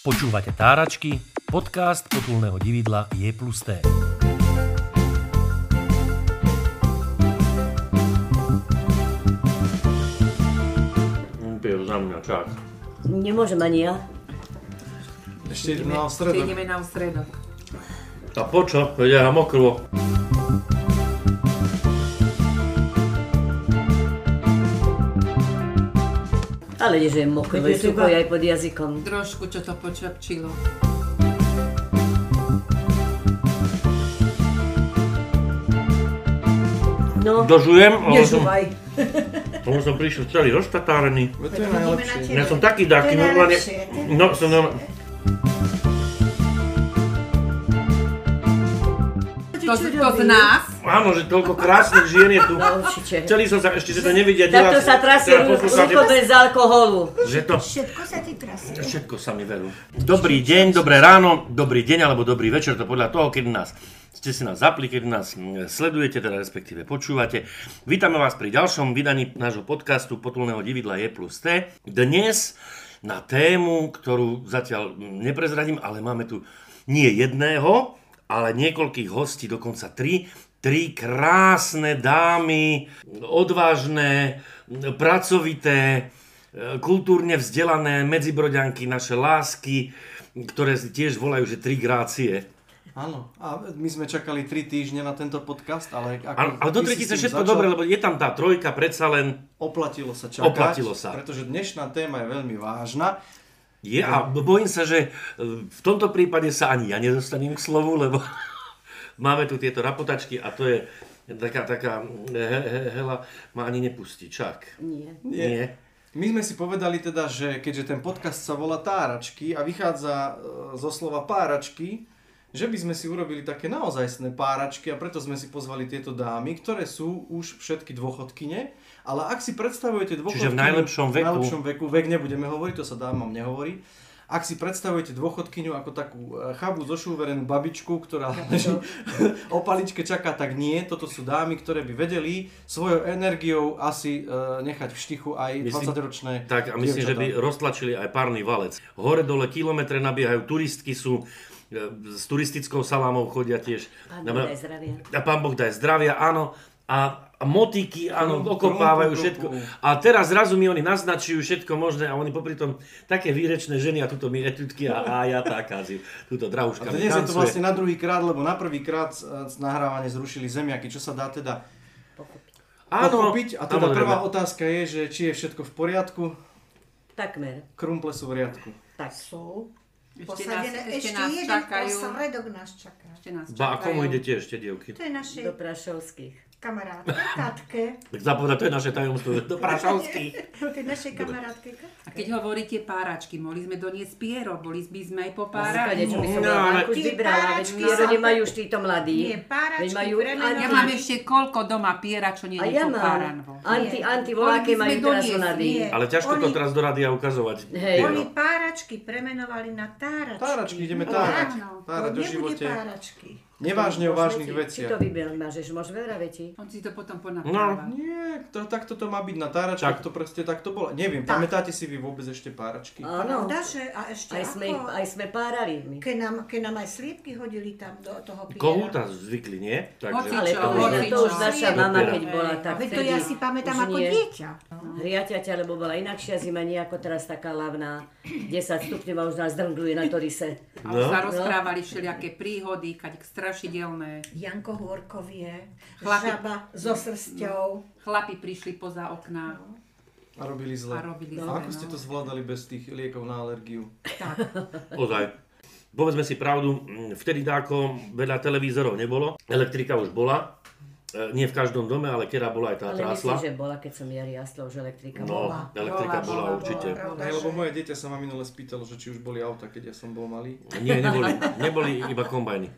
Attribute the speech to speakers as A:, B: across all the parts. A: Počúvate Táračky, podcast potulného dividla Je plus T.
B: Pijem Mm, za mňa čas.
C: Nemôžem ani ja.
D: Ešte idem na
E: Čiže
D: stredok.
E: ideme na stredok.
B: A počo? Veď ja mám mokrvo.
C: Ale nie, že je mokré,
E: Veď je
C: sucho
E: iba-
C: je aj pod jazykom.
E: Trošku, čo to počapčilo.
C: No,
B: Dožujem, lebo som,
C: nežúvaj.
B: lebo som prišiel celý roztatárený.
D: Veď to je najlepšie.
B: Ja som taký dáky,
F: To je
B: normálne...
F: najlepšie, to je
B: No, som normálne...
E: To, z- to z nás.
B: Áno, že toľko krásnych žien je tu.
C: No, určite.
B: Celý som sa, ešte že to nevidia
C: Takto
B: diváci,
C: sa trasie
B: teda
C: ru-
B: poslucháči,
C: ruko bez alkoholu.
B: Že to...
F: Všetko sa ti trasie.
B: Všetko sa mi verú. Dobrý deň, dobré ráno, dobrý deň alebo dobrý večer, to podľa toho, kedy nás ste si nás zapli, kedy nás mm, sledujete, teda respektíve počúvate. Vítame vás pri ďalšom vydaní nášho podcastu Potulného dividla je plus T. Dnes na tému, ktorú zatiaľ mm, neprezradím, ale máme tu nie jedného, ale niekoľkých hostí, dokonca tri. Tri krásne dámy, odvážne, mm, pracovité, E, kultúrne vzdelané medzibroďanky, naše lásky, ktoré si tiež volajú, že tri grácie.
D: Áno. A my sme čakali 3 týždne na tento podcast, ale ako...
B: A, a do
D: ty si
B: tretice
D: s tým
B: všetko
D: začal,
B: dobre, lebo je tam tá trojka predsa len
D: Oplatilo sa čakať.
B: Oplatilo sa.
D: Pretože dnešná téma je veľmi vážna.
B: je a bojím sa, že e, v tomto prípade sa ani ja nedostanem k slovu, lebo máme tu tieto rapotačky a to je taká, taká e, he, he, hela ma ani nepustí. Čak.
C: Nie.
D: Nie.
B: Nie.
D: My sme si povedali teda, že keďže ten podcast sa volá Táračky a vychádza e, zo slova páračky, že by sme si urobili také naozajstné páračky a preto sme si pozvali tieto dámy, ktoré sú už všetky dôchodkyne. Ale ak si predstavujete dôchodkyne...
B: Čiže v najlepšom veku.
D: V najlepšom veku, vek nebudeme hovoriť, to sa dámam nehovorí. Ak si predstavujete dôchodkyňu ako takú e, chabu zošúverenú babičku, ktorá leží o paličke čaká, tak nie. Toto sú dámy, ktoré by vedeli svojou energiou asi e, nechať v štichu aj
B: Myslím-
D: 20-ročné
B: Tak a myslím, že by roztlačili aj párny valec. Hore dole kilometre nabiehajú, turistky sú, e, s turistickou salámou chodia tiež.
C: Pán
B: Dobre.
C: daj zdravia.
B: A pán Boh daj zdravia, áno. A a motiky, áno,
D: Krumpu,
B: okopávajú
D: krumpu,
B: všetko.
D: krumpu.
B: A teraz zrazu mi oni naznačujú všetko možné a oni popri tom také výrečné ženy a tuto mi etutky a, a ja taká si, tuto drahuška
D: A
B: mi
D: dnes je to
B: tancuje.
D: vlastne na druhý krát, lebo na prvý krát e, nahrávanie zrušili zemiaky, čo sa dá teda
B: Áno,
D: pochopiť. A teda
B: samozrejme.
D: prvá otázka je, že či je všetko v poriadku.
C: Takmer.
D: Krumple sú v riadku.
C: Tak.
F: Sú
E: Ešte nás,
F: posadené,
E: ešte
F: ešte,
E: nás
F: jeden
E: čakajú.
F: posledok nás čaká.
E: Ešte nás
B: Ba, a komu
E: čakajú.
B: idete ešte, dievky?
F: To je naše
C: Do Prašovských.
F: kamarátke Katke.
B: Tak zapovedať, to je naše tajomstvo. že Do Prašovských.
F: To je naše kamarátke Katke.
E: A keď hovoríte páračky, mohli sme doniesť piero, boli by sme aj po
C: Zuzka, niečo by
E: páračku.
C: som
B: No,
C: bola
B: ale-
C: Markus
F: Tie
C: vybrala, veď
F: páračky
C: Piero
F: sa-
C: nemajú už títo mladí.
F: Nie, páračky,
C: Veď majú
F: premeno-
C: anti-
E: Ja mám ešte koľko doma piera, čo nie
C: A
E: je
C: ja
E: po
C: mám.
E: páranvo.
C: Anti,
F: Nie.
C: anti voláke
E: Oni by
C: majú
E: sme
C: teraz
E: doniesli,
C: mladí.
F: nie.
B: Ale ťažko to
F: Oni-
B: teraz do rádia ukazovať.
C: Hej.
B: Piero.
F: Oni páračky premenovali na táračky.
D: Táračky, ideme
F: No,
D: tárať.
F: áno,
D: Tárať
F: to
D: o
F: nebude
D: živote.
F: páračky.
D: Nevážne o vážnych
C: Ty to
D: veciach.
C: vyberáš, môžeš veľa vetí.
E: On si
B: No.
E: to potom ponapravá.
D: Nie, to, takto to má byť na táračkách,
B: Tak.
D: to proste takto bolo. Neviem,
F: Tak.
D: pamätáte si vy vôbec ešte páračky?
E: No.
C: Áno.
F: Pravda, že a ešte
C: Aj sme,
F: ako,
C: aj sme párali my.
F: keď nám, keď nám aj sliepky hodili tam do toho piera.
B: Kohúta zvykli, nie? Takže...
C: Ale to
E: Čo,
C: už,
E: hovorí,
C: to už
E: čo?
C: naša
F: Sliepky.
C: mama,
B: Opera.
C: keď bola
E: Hej,
C: tak
F: Veď to ja si pamätám
C: už
F: ako
C: nie.
F: dieťa.
C: Hriaťaťa, lebo bola inakšia zima, nie ako teraz taká lavná. 10 stupňov a už nás drngluje na to rise.
E: A už sa
B: No.
E: rozprávali všelijaké príhody, kaď strašidelné.
F: Janko Hôrkovie,
E: Chlapi-
F: žaba so srsťou.
E: Chlapi prišli poza okná
F: No,
D: A robili
E: a
D: zle.
E: robili
D: A
E: zle,
D: ako ste
E: no.
D: to zvládali bez tých liekov na alergiu?
B: Ozaj. Povedzme si pravdu, mm, vtedy dáko veľa televízorov nebolo, elektrika už bola, E, nie v každom dome, ale kera bola aj tá
C: Ale
B: trásla.
C: myslím, že bola, keď som ja riasla, už elektrika
B: No,
C: bola.
B: elektrika
E: Bola,
B: bola
E: bola,
B: určite.
F: Pravda,
D: No, Hej,
F: že-
D: lebo moje dieťa sa ma minule spýtalo, že či už boli auta, keď ja som bol malý.
B: Nie, neboli, neboli iba kombajny.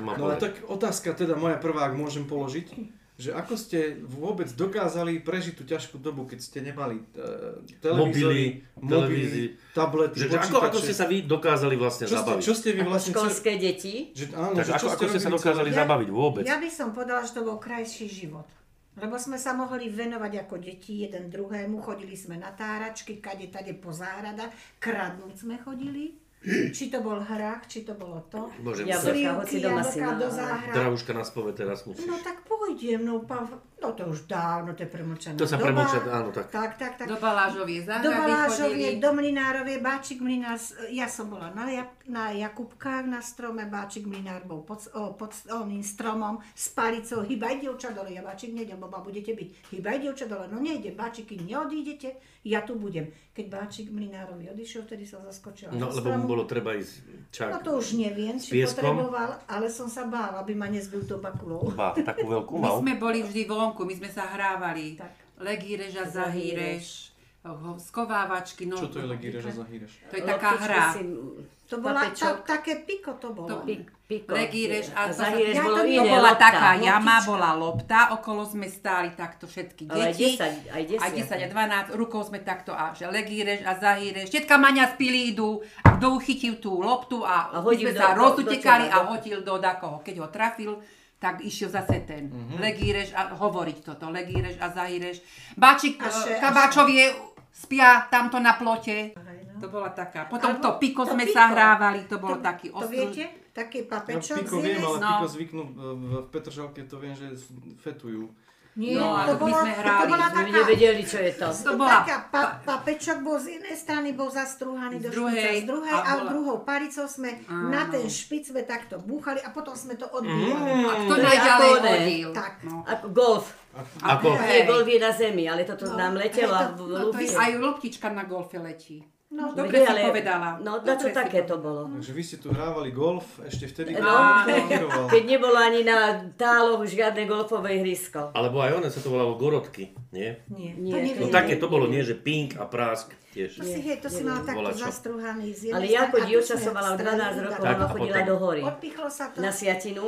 B: To mám
D: No a
B: povedať.
D: tak otázka teda moja prvá, ak môžem položiť, že ako ste vôbec dokázali prežiť tú ťažkú dobu, keď ste nemali e, televízory,
B: Mobily, televízy.
D: tablety,
B: Že, že ako, ako ste sa vy dokázali vlastne
D: čo ste,
B: zabaviť?
D: čo ste vy vlastne...
C: Školské deti.
D: Že, áno,
B: tak
D: že
B: ako,
D: čo ste
B: ako ste sa
D: robili celé-
B: dokázali
F: Ja-
B: zabaviť vôbec?
F: Ja by som povedala, že to bol krajší život. Lebo sme sa mohli venovať ako deti jeden druhému, chodili sme na táračky, kade tade po záhrada, kradnúť sme chodili. Či to bol hrách, či to bolo to.
B: Bože,
C: Ja
B: musel-
C: bol- Jablka, hoci doma si
F: jablka
C: mala.
F: do záhrad.
B: Drahuška nás povie, teraz musíš.
F: No tak pôjdem, no, pav... no to už dávno, to je premlčaná
B: To sa
F: doba.
B: premlča, áno, tak.
F: Tak, tak, tak.
E: Do Balážovie
F: Do
E: záhrady
F: Balážovie,
E: chodili.
F: do Mlinárovie, Báčik Mlinár, s- ja som bola na, ja, na Jakubkách na strome, Báčik Mlinár bol pod, o, pod oným stromom s palicou, hýbaj dievča dole, ja Báčik nejdem, baba, budete byť, hýbaj dievča dole, no nejde, Báčiky, neodídete, ja tu budem. Keď Báčik Mlinárovi odišiel, vtedy som zaskočila
B: No,
F: na
B: lebo mu
F: stromu.
B: bolo treba ísť čak.
F: No to už neviem,
B: S
F: či
B: pieskom?
F: potreboval, ale som sa bála, aby ma nezbil do bakulov.
B: Bá, takú veľkú
E: My
B: mal.
E: sme boli vždy vonku, my sme sa hrávali.
F: Tak.
E: Legíreš a
C: Zahýreš.
E: zahýreš. ho- Skovávačky. No,
D: Čo to je legírež a zahýreš?
E: To je taká hra.
F: To bola
C: Papečok.
F: ta, také piko to bolo.
E: To-
C: Pik- piko.
E: Legíreš
C: A
E: a, to sa-
C: zahýreš
E: Ja
C: bolo
E: to-
C: iné,
E: To bola
C: lopta,
E: taká jama,
F: loptička.
E: bola lopta, okolo sme stáli takto všetky
C: Ale aj
E: deti.
C: 10, aj 10.
E: Aj 10, a 12, rukou sme takto a že legíreš a zahýreš. Všetka maňa z pilídu a kto uchytil tú loptu a,
C: A
E: a
C: hodil
E: my sme
C: do-
E: sa
C: do-
E: rozutekali
C: do
E: a
C: čoho?
E: hodil do dakoho. Keď ho trafil, tak išiel zase ten.
F: Mhm.
E: Legíreš a hovoriť toto, legíreš a zahýreš. Báčik
F: A še- a
E: e, kabáčovie spia tamto na plote. To bola taká. Potom
F: Alebo-
E: to piko
F: no. to
E: sme
F: piko.
E: sa hrávali, to bol taký
F: To
E: ostrý.
F: viete? Taký
D: Ja
F: papečok
D: No, piko viem, ale
F: zjedli.
E: No.
D: piko zvyknú e, v- v Petržalke, to viem, že fetujú.
F: Nie,
E: No,
F: to,
E: ale my
F: bola,
E: sme
F: to
E: hrali,
F: bola
E: my
C: My
F: taká...
C: nevedeli, čo je to.
E: To bola-
F: taká pa, papečok bol z jednej strany bol zastrúhaný do
E: Z druhej
F: špica, z druhej a,
E: a bola-
F: druhou paricou sme na ten špic sme takto búchali a potom sme to
E: A
F: odbívali.
E: kto
C: To je
E: najďalej
C: ako oné.
E: hodil.
F: Tak.
E: No.
C: Ako golf.
B: Ako,
C: Nie,
E: Hej.
C: golf je na zemi, ale toto nám letelo a v
E: No, to je,
C: lúbiu.
E: aj loptička na golfe letí.
F: No,
E: Dobre si povedala.
C: No, na čo
E: Dobre si
C: také to
E: povedala.
C: bolo?
D: Takže vy ste tu hrávali golf ešte vtedy, keď
C: No.
D: to fungovalo.
C: Keď nebolo ani na táloch žiadne golfové ihrisko.
B: Alebo aj one sa to volalo gorodky, nie?
C: Nie,
F: Nie, to
C: to-
F: neviem.
B: No také to bolo, nie, že pink a prásk
F: To
B: tiež.
F: si, hej, to si mal takto
B: Bola čo.
F: zastrúhaný z jednej
C: Ale ja ako
F: strany a tu
C: dievča
F: sme
C: som mala od 12
F: stranu
C: rokov,
B: Tak, a
F: dali.
C: ona chodila
B: potom?
C: do hory.
F: Odpichlo sa to.
C: na Siatinu.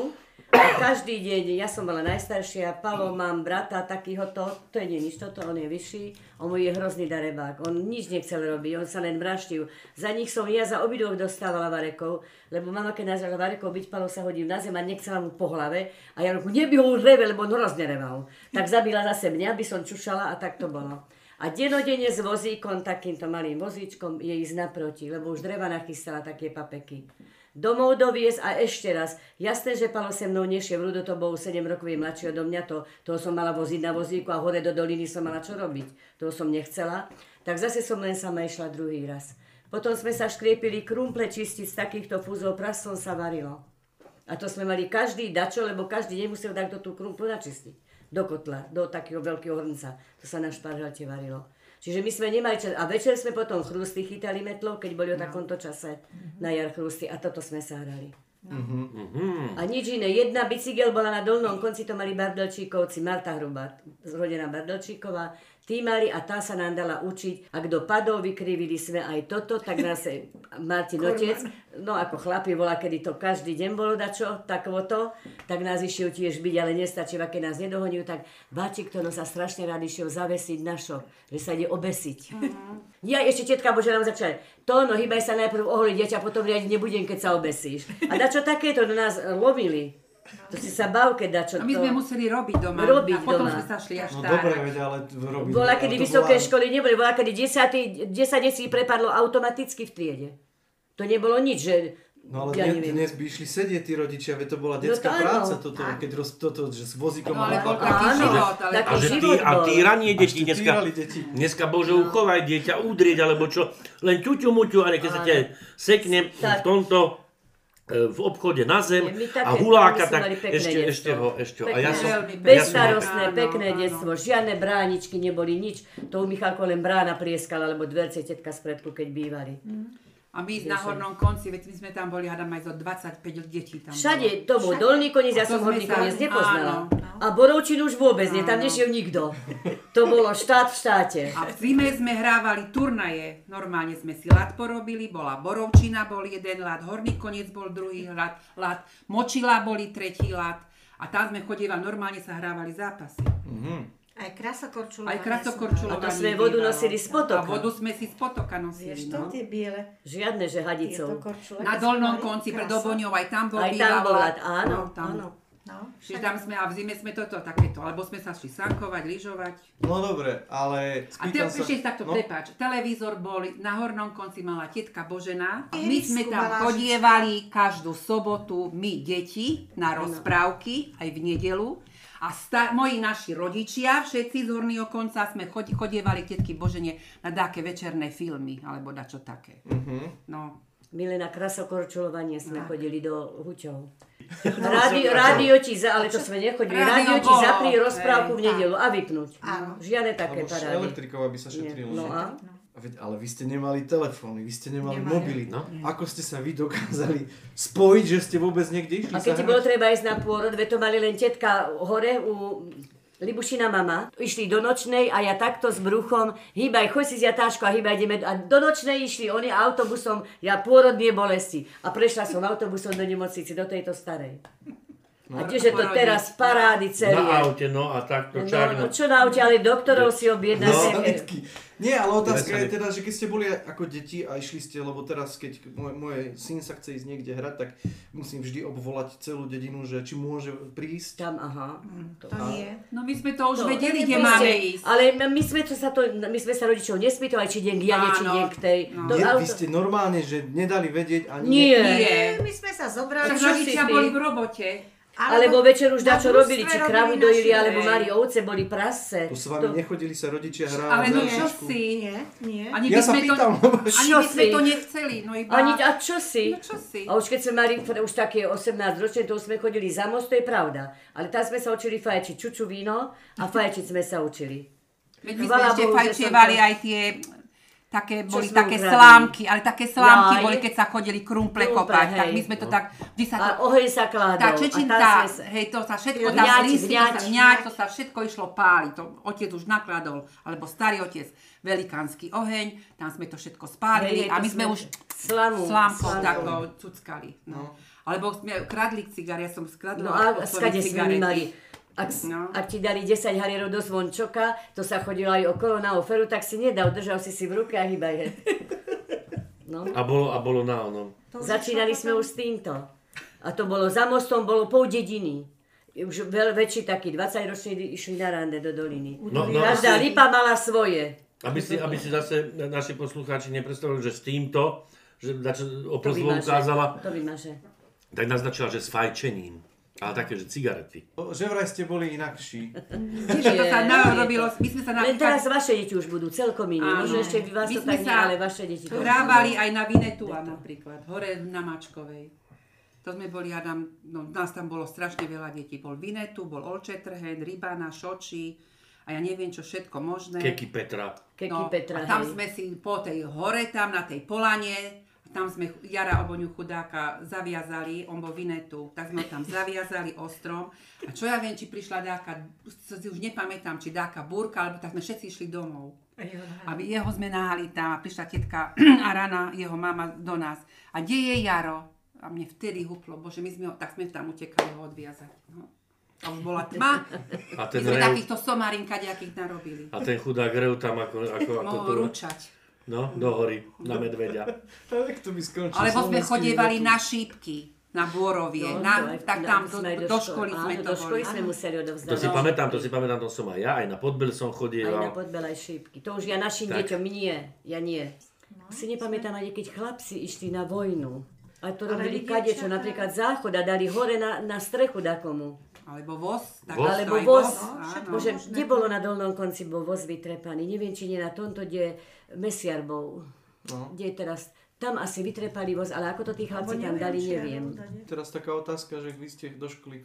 C: A každý deň, ja som bola najstaršia, Palo mám brata takýhoto, to je nie nič toto, on je vyšší, on je hrozný darebák, on nič nechcel robiť, on sa len braštil. Za nich som ja za obidvoch dostávala varekov, lebo mama keď nazvala varekov byť, Palo sa hodil na zem a nechcela mu po hlave a ja hovorím, neby ho už reve, lebo on hrozne reval. Tak zabila zase mňa, aby som čušala a tak to bolo. A denodene s vozíkom, takýmto malým vozíčkom, je ísť naproti, lebo už dreva nachystala také papeky domov doviez a ešte raz. Jasné, že Palo se mnou nešiel, Rudo to bol 7 rokový mladší odo mňa, to, toho som mala voziť na vozíku a hore do doliny som mala čo robiť. Toho som nechcela. Tak zase som len sama išla druhý raz. Potom sme sa škriepili krumple čistiť z takýchto fúzov, prasom sa varilo. A to sme mali každý dačo, lebo každý nemusel takto tú krumpu načistiť. Do kotla, do takého veľkého hrnca. To sa na šparhalte varilo. Čiže my sme nemali čas. A večer sme potom chrusty chytali metlou, keď boli o takomto čase na jar chrusty. A toto sme sa hrali. A nič iné. Jedna bicykel bola na dolnom konci, to mali Bardelčíkovci, Marta Hruba, zrodená Bardelčíková. Tí mali a tá sa nám dala učiť. A kto padol, vykrivili sme aj toto, tak nás eh, Martin otec, no ako chlapi bola, kedy to každý deň bolo dačo, takovo to, tak nás išiel tiež byť, ale nestačí, keď nás nedohonil, tak Bačik, to no sa strašne rád išiel zavesiť na šok, že sa ide obesiť. Ja ešte tetka Bože nám začala. To no, hýbaj sa najprv oholiť, ja ťa potom riadiť nebudem, keď sa obesíš. A dačo takéto do nás e, lovili. To si sa bav, keď dačo
E: A my sme
C: to-
E: museli robiť doma.
C: Robiť
E: a potom
C: doma.
E: sme sa šli až
D: No
E: tak.
D: dobre, veď, ale t- robí.
C: Bola,
D: ale
C: kedy
D: to
C: vysoké
D: bola-
C: školy neboli, bola, kedy 10, 10 detí prepadlo automaticky v triede. To nebolo nič, že...
D: No ale
C: ja
D: dnes,
C: neviem.
D: dnes by išli sedieť tí rodičia, veď to bola
C: No
D: detská
C: to áno,
D: práca toto, keď roz, toto, že s vozíkom
E: No, ale
D: a-
E: bol
D: a-
E: taký
C: Áno,
E: život, ale
C: taký
B: A že
C: život
B: ty, a
C: bol. no.
B: týranie deti
D: Až tu
B: dneska,
D: týrali deti.
B: dneska bože uchovaj dieťa, udrieť alebo čo, len ťuťu muťu a keď sa ťa sekne v
C: Tak.
B: tomto e, v obchode na zem
C: Nie, my také-
B: a huláka,
C: my sme mali
B: tak
C: pekné
B: ešte,
C: detstvo.
B: ešte ho, ešte ho. A
C: Pekné,
B: ja som,
E: veľmi
B: ja som mal
C: Bezstarostné,
E: Áno,
C: pekné
E: áno.
C: detstvo, žiadne bráničky neboli, nič. To u Michalko len brána prieskala, alebo dverce tetka spredku, keď bývali.
E: No. A my na hornom konci, veď my sme tam boli, hádam aj zo 25 detí tam
C: Všade,
E: bolo.
C: to bol dolný koniec, ja
E: A to
C: som
E: sme
C: horný
E: sa-
C: koniec nepoznala.
E: áno.
C: A Borovčinu už vôbec nie, tam
E: Áno.
C: nešiel nikto. To bolo štát v štáte.
E: A v zime sme hrávali turnaje. Normálne sme si lad porobili, bola borovčina, bol jeden lad, horný koniec bol druhý lad, lad močila boli tretí lad. A tam sme chodievali, normálne sa hrávali zápasy.
D: Mhm.
F: Aj
E: Aj
F: krasokorčulová. nesmala.
E: krasokorčulová.
C: A to sme vodu nosili z potoka.
E: A vodu sme si z potoka
F: Vieš
E: nosili.
F: to,
E: No.
F: tie biele,
C: Žiadne, že
F: tieto
C: hadicov.
F: korčule.
E: Na
F: keď
E: dolnom
F: sme mali
E: konci pred
F: kraso.
E: Oboňou aj tam bol
C: Aj tam
E: býval
C: bola,
E: lad.
C: áno,
E: No, tam.
C: áno.
F: No,
E: Čiže tam sme, a v zime sme toto takéto, alebo sme sa šli sankovať, lyžovať.
D: No dobre, ale
E: A te,
D: spýtam sa...
E: ešte takto,
D: no,
E: prepáč, televízor bol, na hornom konci mala tetka Božena. A my
F: Irisku
E: sme tam
F: mala
E: chodievali každú sobotu, my deti, na rozprávky, aj v nedelu. A sta- moji naši rodičia, všetci z horného konca, sme chod- chodievali k tetky Božene na dáke večerné filmy, alebo na čo také.
D: Mhm.
E: No,
C: My len na krasokorčulovanie sme chodili do hučov.
D: Rádio-
C: Rádio, rádio ti za, ale to sme nechodili.
E: Rádio
C: Rádio ti
E: bolo,
C: zaprí
E: hej,
C: rozprávku v nedelu a vypnúť.
F: Áno.
C: Žiadne také
D: Alebo už
C: parády.
D: elektriková by sa
C: Nie.
D: šetrilo.
C: No
D: že?
C: a?
D: A veď, ale vy ste nemali telefóny, vy ste nemali
F: Nemali.
D: mobily.
B: No.
D: Ako ste sa vy dokázali spojiť, že ste vôbec niekde išli
C: A keď ti bolo treba ísť na pôrod, veď to mali len tetka hore u Libušina mama. Išli do nočnej a ja takto s bruchom, hýbaj, choď si zjatášku a hýbaj, ideme. A do nočnej išli oni autobusom, ja pôrod nie bolesti. A prešla som autobusom do nemocnice, do tejto starej. A tiež je to
E: Porodiť.
C: teraz parády
B: Na
C: celé.
B: aute, no a takto, čak,
C: No, no čo na aute, ale doktorov si eh, objedná.
B: No.
C: neviem.
D: Sanitky. Nie, ale otázka
B: Veselý.
D: je teda, že keď ste boli ako deti a išli ste, lebo teraz keď môj, môj syn sa chce ísť niekde hrať, tak musím vždy obvolať celú dedinu, že či môže prísť.
C: Tam, aha. To.
F: to nie.
E: no my sme to už
C: To-
E: vedeli, kde
C: Vy
E: máme
C: ste-
E: ísť.
C: Ale my sme, to sa to, my sme sa rodičov nespýtovali, či idem k Jane, či
E: Áno.
C: idem k tej.
E: No.
C: To
D: Nie,
C: auto-
D: vy ste normálne, že nedali vedieť ani...
C: Nie.
E: Nie.
F: My sme sa zobrali.
E: Tak
C: čo si
E: rodičia
C: ty?
E: boli v robote.
C: Alebo večer už
F: na
C: dačo
F: družstve
C: robili, či kravu
F: robili
C: dojili,
F: naši-
C: alebo
E: hej.
C: mali ovce, boli prase.
D: Tu s vami nechodili sa rodičia hrávať
E: Ale no
D: na
E: čo
D: lyžičku?
E: si?
F: Nie, nie.
E: Ani
D: Ja
E: by
D: sa
E: sme
D: pýtam,
E: to,
D: lebo
E: ani
C: čo
E: by sme
C: si?
E: to nechceli, no iba...
C: Ani, a čo si?
E: No čo si?
C: A už keď sme mali fr- už také 18 ročné, to už sme chodili za most, to je pravda. Ale tam sme sa učili fajčiť čuču víno a fajčiť sme sa učili.
E: Veď my sme
C: Chvala
E: ešte
C: Bohu, No, že
E: fajčievali
C: som to-
E: aj tie také,
C: Čo
E: boli
C: sme
E: také
C: ukradli?
E: slámky, ale také slámky
C: Jaj.
E: boli, keď sa chodili krumple
C: Krumple,
E: kopať, tak
C: hej. No.
E: my sme to tak, vždy sa to,
C: A oheň sa kládol.
E: tá
C: a tam
E: čečinka,
C: sme sa-
E: hej, to sa všetko,
C: Vňať,
E: tam listy, to sa
C: vňať.
E: vňať, to sa všetko išlo páliť, to otec už nakladol, alebo starý otec, velikánsky oheň, tam sme to všetko
C: Hej,
E: spálili a
C: to
E: my sme
C: sme-
E: už
C: slamu,
E: slámkou
C: slamu.
E: takou cuckali, no. Alebo sme kradli cigary, ja som skradla
C: No a
E: otcovi
C: skade sme my
E: cigarety.
C: mali. Ak,
E: No.
C: no. ak ti dali 10 harierov do zvončoka, to sa chodilo aj okolo na oferu, tak si nedal, držal si si v ruke a hýbaj he. No.
B: a bolo, a bolo na onom.
F: To už
C: Začínali
F: išlo
C: sme už s týmto. A to bolo za mostom, bolo pol dediny. Už veľ, väčší takí, 20 roční išli na rande do doliny.
B: No, no,
C: Každá
B: asi-
C: lipa mala svoje.
B: Aby
C: No,
B: si, aby si zase naši poslucháči nepredstavili, že s týmto, že na čo
C: To
B: oplzvo
C: vymaže.
B: ukázala,
C: To vymaže.
B: tak naznačila, že s fajčením. Ale také, že cigarety.
D: Že vraj ste boli inakší.
E: Čiže to sa
C: Nie,
E: narobilo, my sme
C: Len
E: sa napríklad
C: teraz vaše deti už budú celkom iní.
E: No, Áno.
C: Možno ešte vy vás
E: My
C: to
E: sme
C: tak nie,
E: sa
C: ale vaše deti to už
E: Hrávali aj na Vinetua napríklad, hore na Mačkovej. To sme boli, ja tam, no, nás tam bolo strašne veľa detí. Bol Vinetu, bol Olčetrhen, Rybana, Šoči a ja neviem čo všetko možné.
B: Keky Petra.
C: Keky Petra,
E: No, a tam
C: hej.
E: sme si po tej hore, tam na tej polane, tam sme Jara Oboňu chudáka zaviazali, on bol Vinetu, tak sme ho tam zaviazali ostrom. A čo ja viem, či prišla dáka, už nepamätám, či dáka búrka, alebo tak sme všetci išli domov. A my jeho sme nahali tam a prišla tetka a rana, jeho mama do nás. A kde je Jaro? A mne vtedy huplo, bože, my sme ho, tak sme tam utekali ho odviazať. No. A už bola tma.
B: A
E: My
B: ten,
E: sme
B: rev,
E: takýchto somarinka nejakých narobili.
B: a ten chudák rev tam ako, ako, ako
E: Mohol
B: to,
E: ručať.
B: no, do hory, na medveďa.
D: Ale to by skončil
E: Alebo sme
D: slovenský
E: chodievali
D: vetu.
E: na šípky, na Bôrovie,
C: No, to
E: na,
C: aj-
E: tak
C: na-
E: tam do,
C: sme aj
E: do školy sme
C: áno,
E: to
C: do školy
E: boli.
C: sme
B: To si
C: museli
E: No,
C: odovzdávať.
B: pamätám, to si pamätám, to som aj ja, aj na podbel som
C: Aj na
B: chodieval.
C: podbelej šípky. To už ja našim
B: Tak.
C: deťom nie, ja nie. si nepamätám ani, keď chlapci išli na vojnu. A to
F: Ale
C: robili
F: vidieš,
C: kadečo,
F: aká-
C: napríklad záchod a dali hore na, na strechu dakomu.
E: Alebo voz. No, tak
B: Voz?
E: to
C: Alebo
E: aj
C: voz.
E: áno.
C: Bože, kde bolo na dolnom konci, bol voz vytrepaný. Neviem, či nie na tomto, kde Mesiar bol.
B: No.
C: Kde je teraz, tam asi vytrepali voz, ale ako to tí
F: Alebo
C: chlapci tam
F: neviem,
C: dali,
F: či ja
C: neviem.
F: neviem.
D: Teraz taká otázka, že vy ste do školy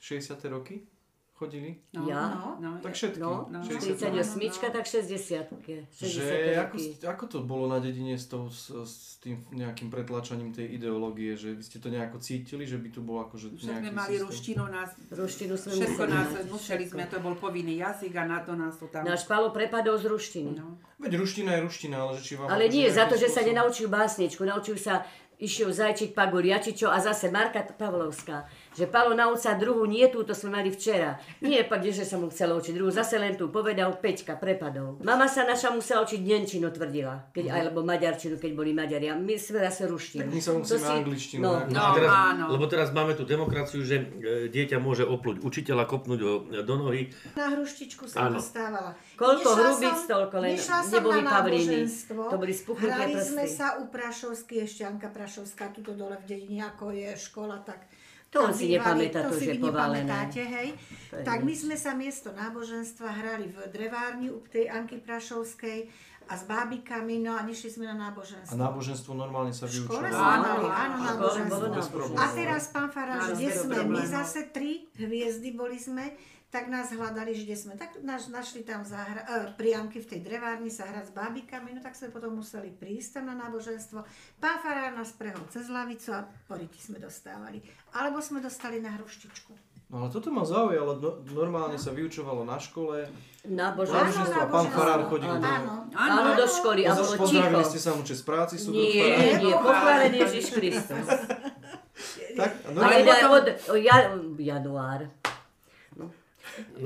D: 60. roky chodili?
E: No,
C: Ja?
E: no, no,
D: Tak všetky.
C: No,
E: No.
D: 60.
C: 48, tak 60. 60
D: Že ako,
C: roky.
D: ste- ako to bolo na dedine s, tou, s, s tým nejakým pretlačaním tej ideológie? Že vy ste to nejako cítili, že by tu bol akože
E: Však sme
D: nejaký
E: mali
D: systém?
E: ruštinu, nás,
C: Ruštinu sme
E: všetko
C: museli
E: nás,
C: mať,
E: museli
C: všetko.
E: sme, to bol povinný jazyk a na to nás to tam...
C: Náš Palo prepadol z ruštiny.
E: No.
D: Veď ruština je ruština, ale že či vám...
C: Ale
D: akože
C: nie, za
D: nejakým
C: to, že sa
D: spôsobom-
C: nenaučujú básničku, naučujú sa išiel Zajčík, Pagul, Jačičo a zase Marka T- Pavlovská. Že Palo nauca druhú, nie túto sme mali včera. Nie, pak že sa mu chcelo učiť druhú, zase len tu povedal Peťka, prepadol. Mama sa naša musela učiť Nenčinu, tvrdila, keď, alebo Maďarčinu, keď boli Maďari. A my sme zase ruštinu.
D: Mhm. My sa
C: To
D: musíme
C: si-
D: angličtinu
C: No,
D: naučiť.
E: No,
B: A teraz,
E: áno.
B: Lebo teraz máme tú demokraciu, že e, dieťa môže opluť učiteľa, kopnúť ho e, do nohy.
F: Na hruštičku som
B: Áno.
F: dostávala.
C: Koľko
F: Nešla
C: hrubíc,
F: som-
C: toľko len
F: nešla som
C: neboli
F: na
C: pavliny.
F: náboženstvo.
C: To boli spuchnuté
F: Hrali
C: prsty.
F: sme sa u Prašovskej, Ešťanka Prašovská, tuto dole v dedine, ako je škola, tak
C: To on
F: tam
C: si
F: bývali,
C: nepamätá,
F: to
C: to,
F: si
C: že
F: vy
C: je povalené.
F: nepamätáte, hej.
C: To je
F: Tak my
C: nič.
F: sme sa miesto náboženstva hrali v drevárni u tej Anky Prašovskej a s bábikami, no a nešli sme na
D: A
F: náboženstvo.
D: náboženstvo normálne sa
F: V
D: vyučovalo.
F: škole sme
E: Áno, áno,
F: mali, áno,
E: áno,
F: náboženstvo.
C: bolo
D: Bez
C: náboženstvo.
D: problémov.
F: A teraz, pán
E: Áno,
F: Faráš, kde
E: zero
F: sme? My
E: problémov.
F: zase tri hviezdy boli sme, tak nás hľadali, že kde sme. Tak nás našli tam zahra, e, priamky v tej drevárni sa hrať s bábikami, no tak sme potom museli prísť tam na náboženstvo. Pán Farár nás prehol cez lavicu a poriti sme dostávali. Alebo sme dostali na hruštičku.
D: No ale toto ma zaujalo, no, normálne sa vyučovalo na škole.
C: Náboženstvo.
D: Náboženstvo. Pán Farár chodil do-
F: Áno.
C: Áno, do školy, a
D: Poz-
C: bolo ticho.
D: Pozdravili ste sa mu, že z práci sú doktora.
C: Nie, nie, pochválený Ježiš Kristus.
D: Tak, no,
C: Ale aj
E: Ale potom-
C: od, o, ja, január. No.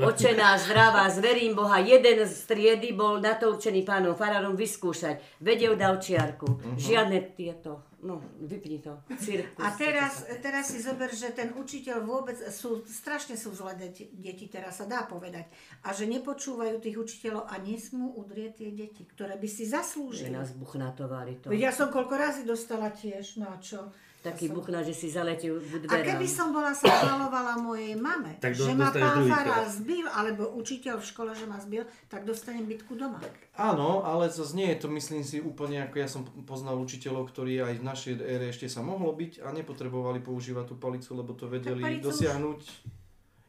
C: Oče náš, zdravá, zverím Boha, jeden z triedy bol na to určený pánom farárom vyskúšať. Vedel dal čiarku. Žiadne tieto. No, vypni to. Cirkus.
F: A teraz, teraz si zober, že ten učiteľ vôbec, sú, strašne sú zlé deti, deti, teraz sa dá povedať. A že nepočúvajú tých učiteľov a nesmú udrieť tie deti, ktoré by si
C: Že
F: zaslúžili.
C: nás buchnatovali to.
F: Veď No, ja som koľko razy dostala tiež, no a čo?
C: Taký no. buchna, že si zaletil k
F: A
C: dverám.
F: keby som bola sa žalovala mojej mame,
B: Tak do-
F: že ma
B: dostaneš
F: pán
B: druhý
F: Farár
B: krát.
F: zbil, alebo učiteľ v škole, že ma zbil, tak dostanem bytku doma.
D: Áno, ale zase nie je to, myslím si, úplne ako ja som poznal učiteľov, ktorí aj v našej ére ešte sa mohlo byť a nepotrebovali používať tú palicu, lebo to vedeli
F: palicu už-
D: dosiahnuť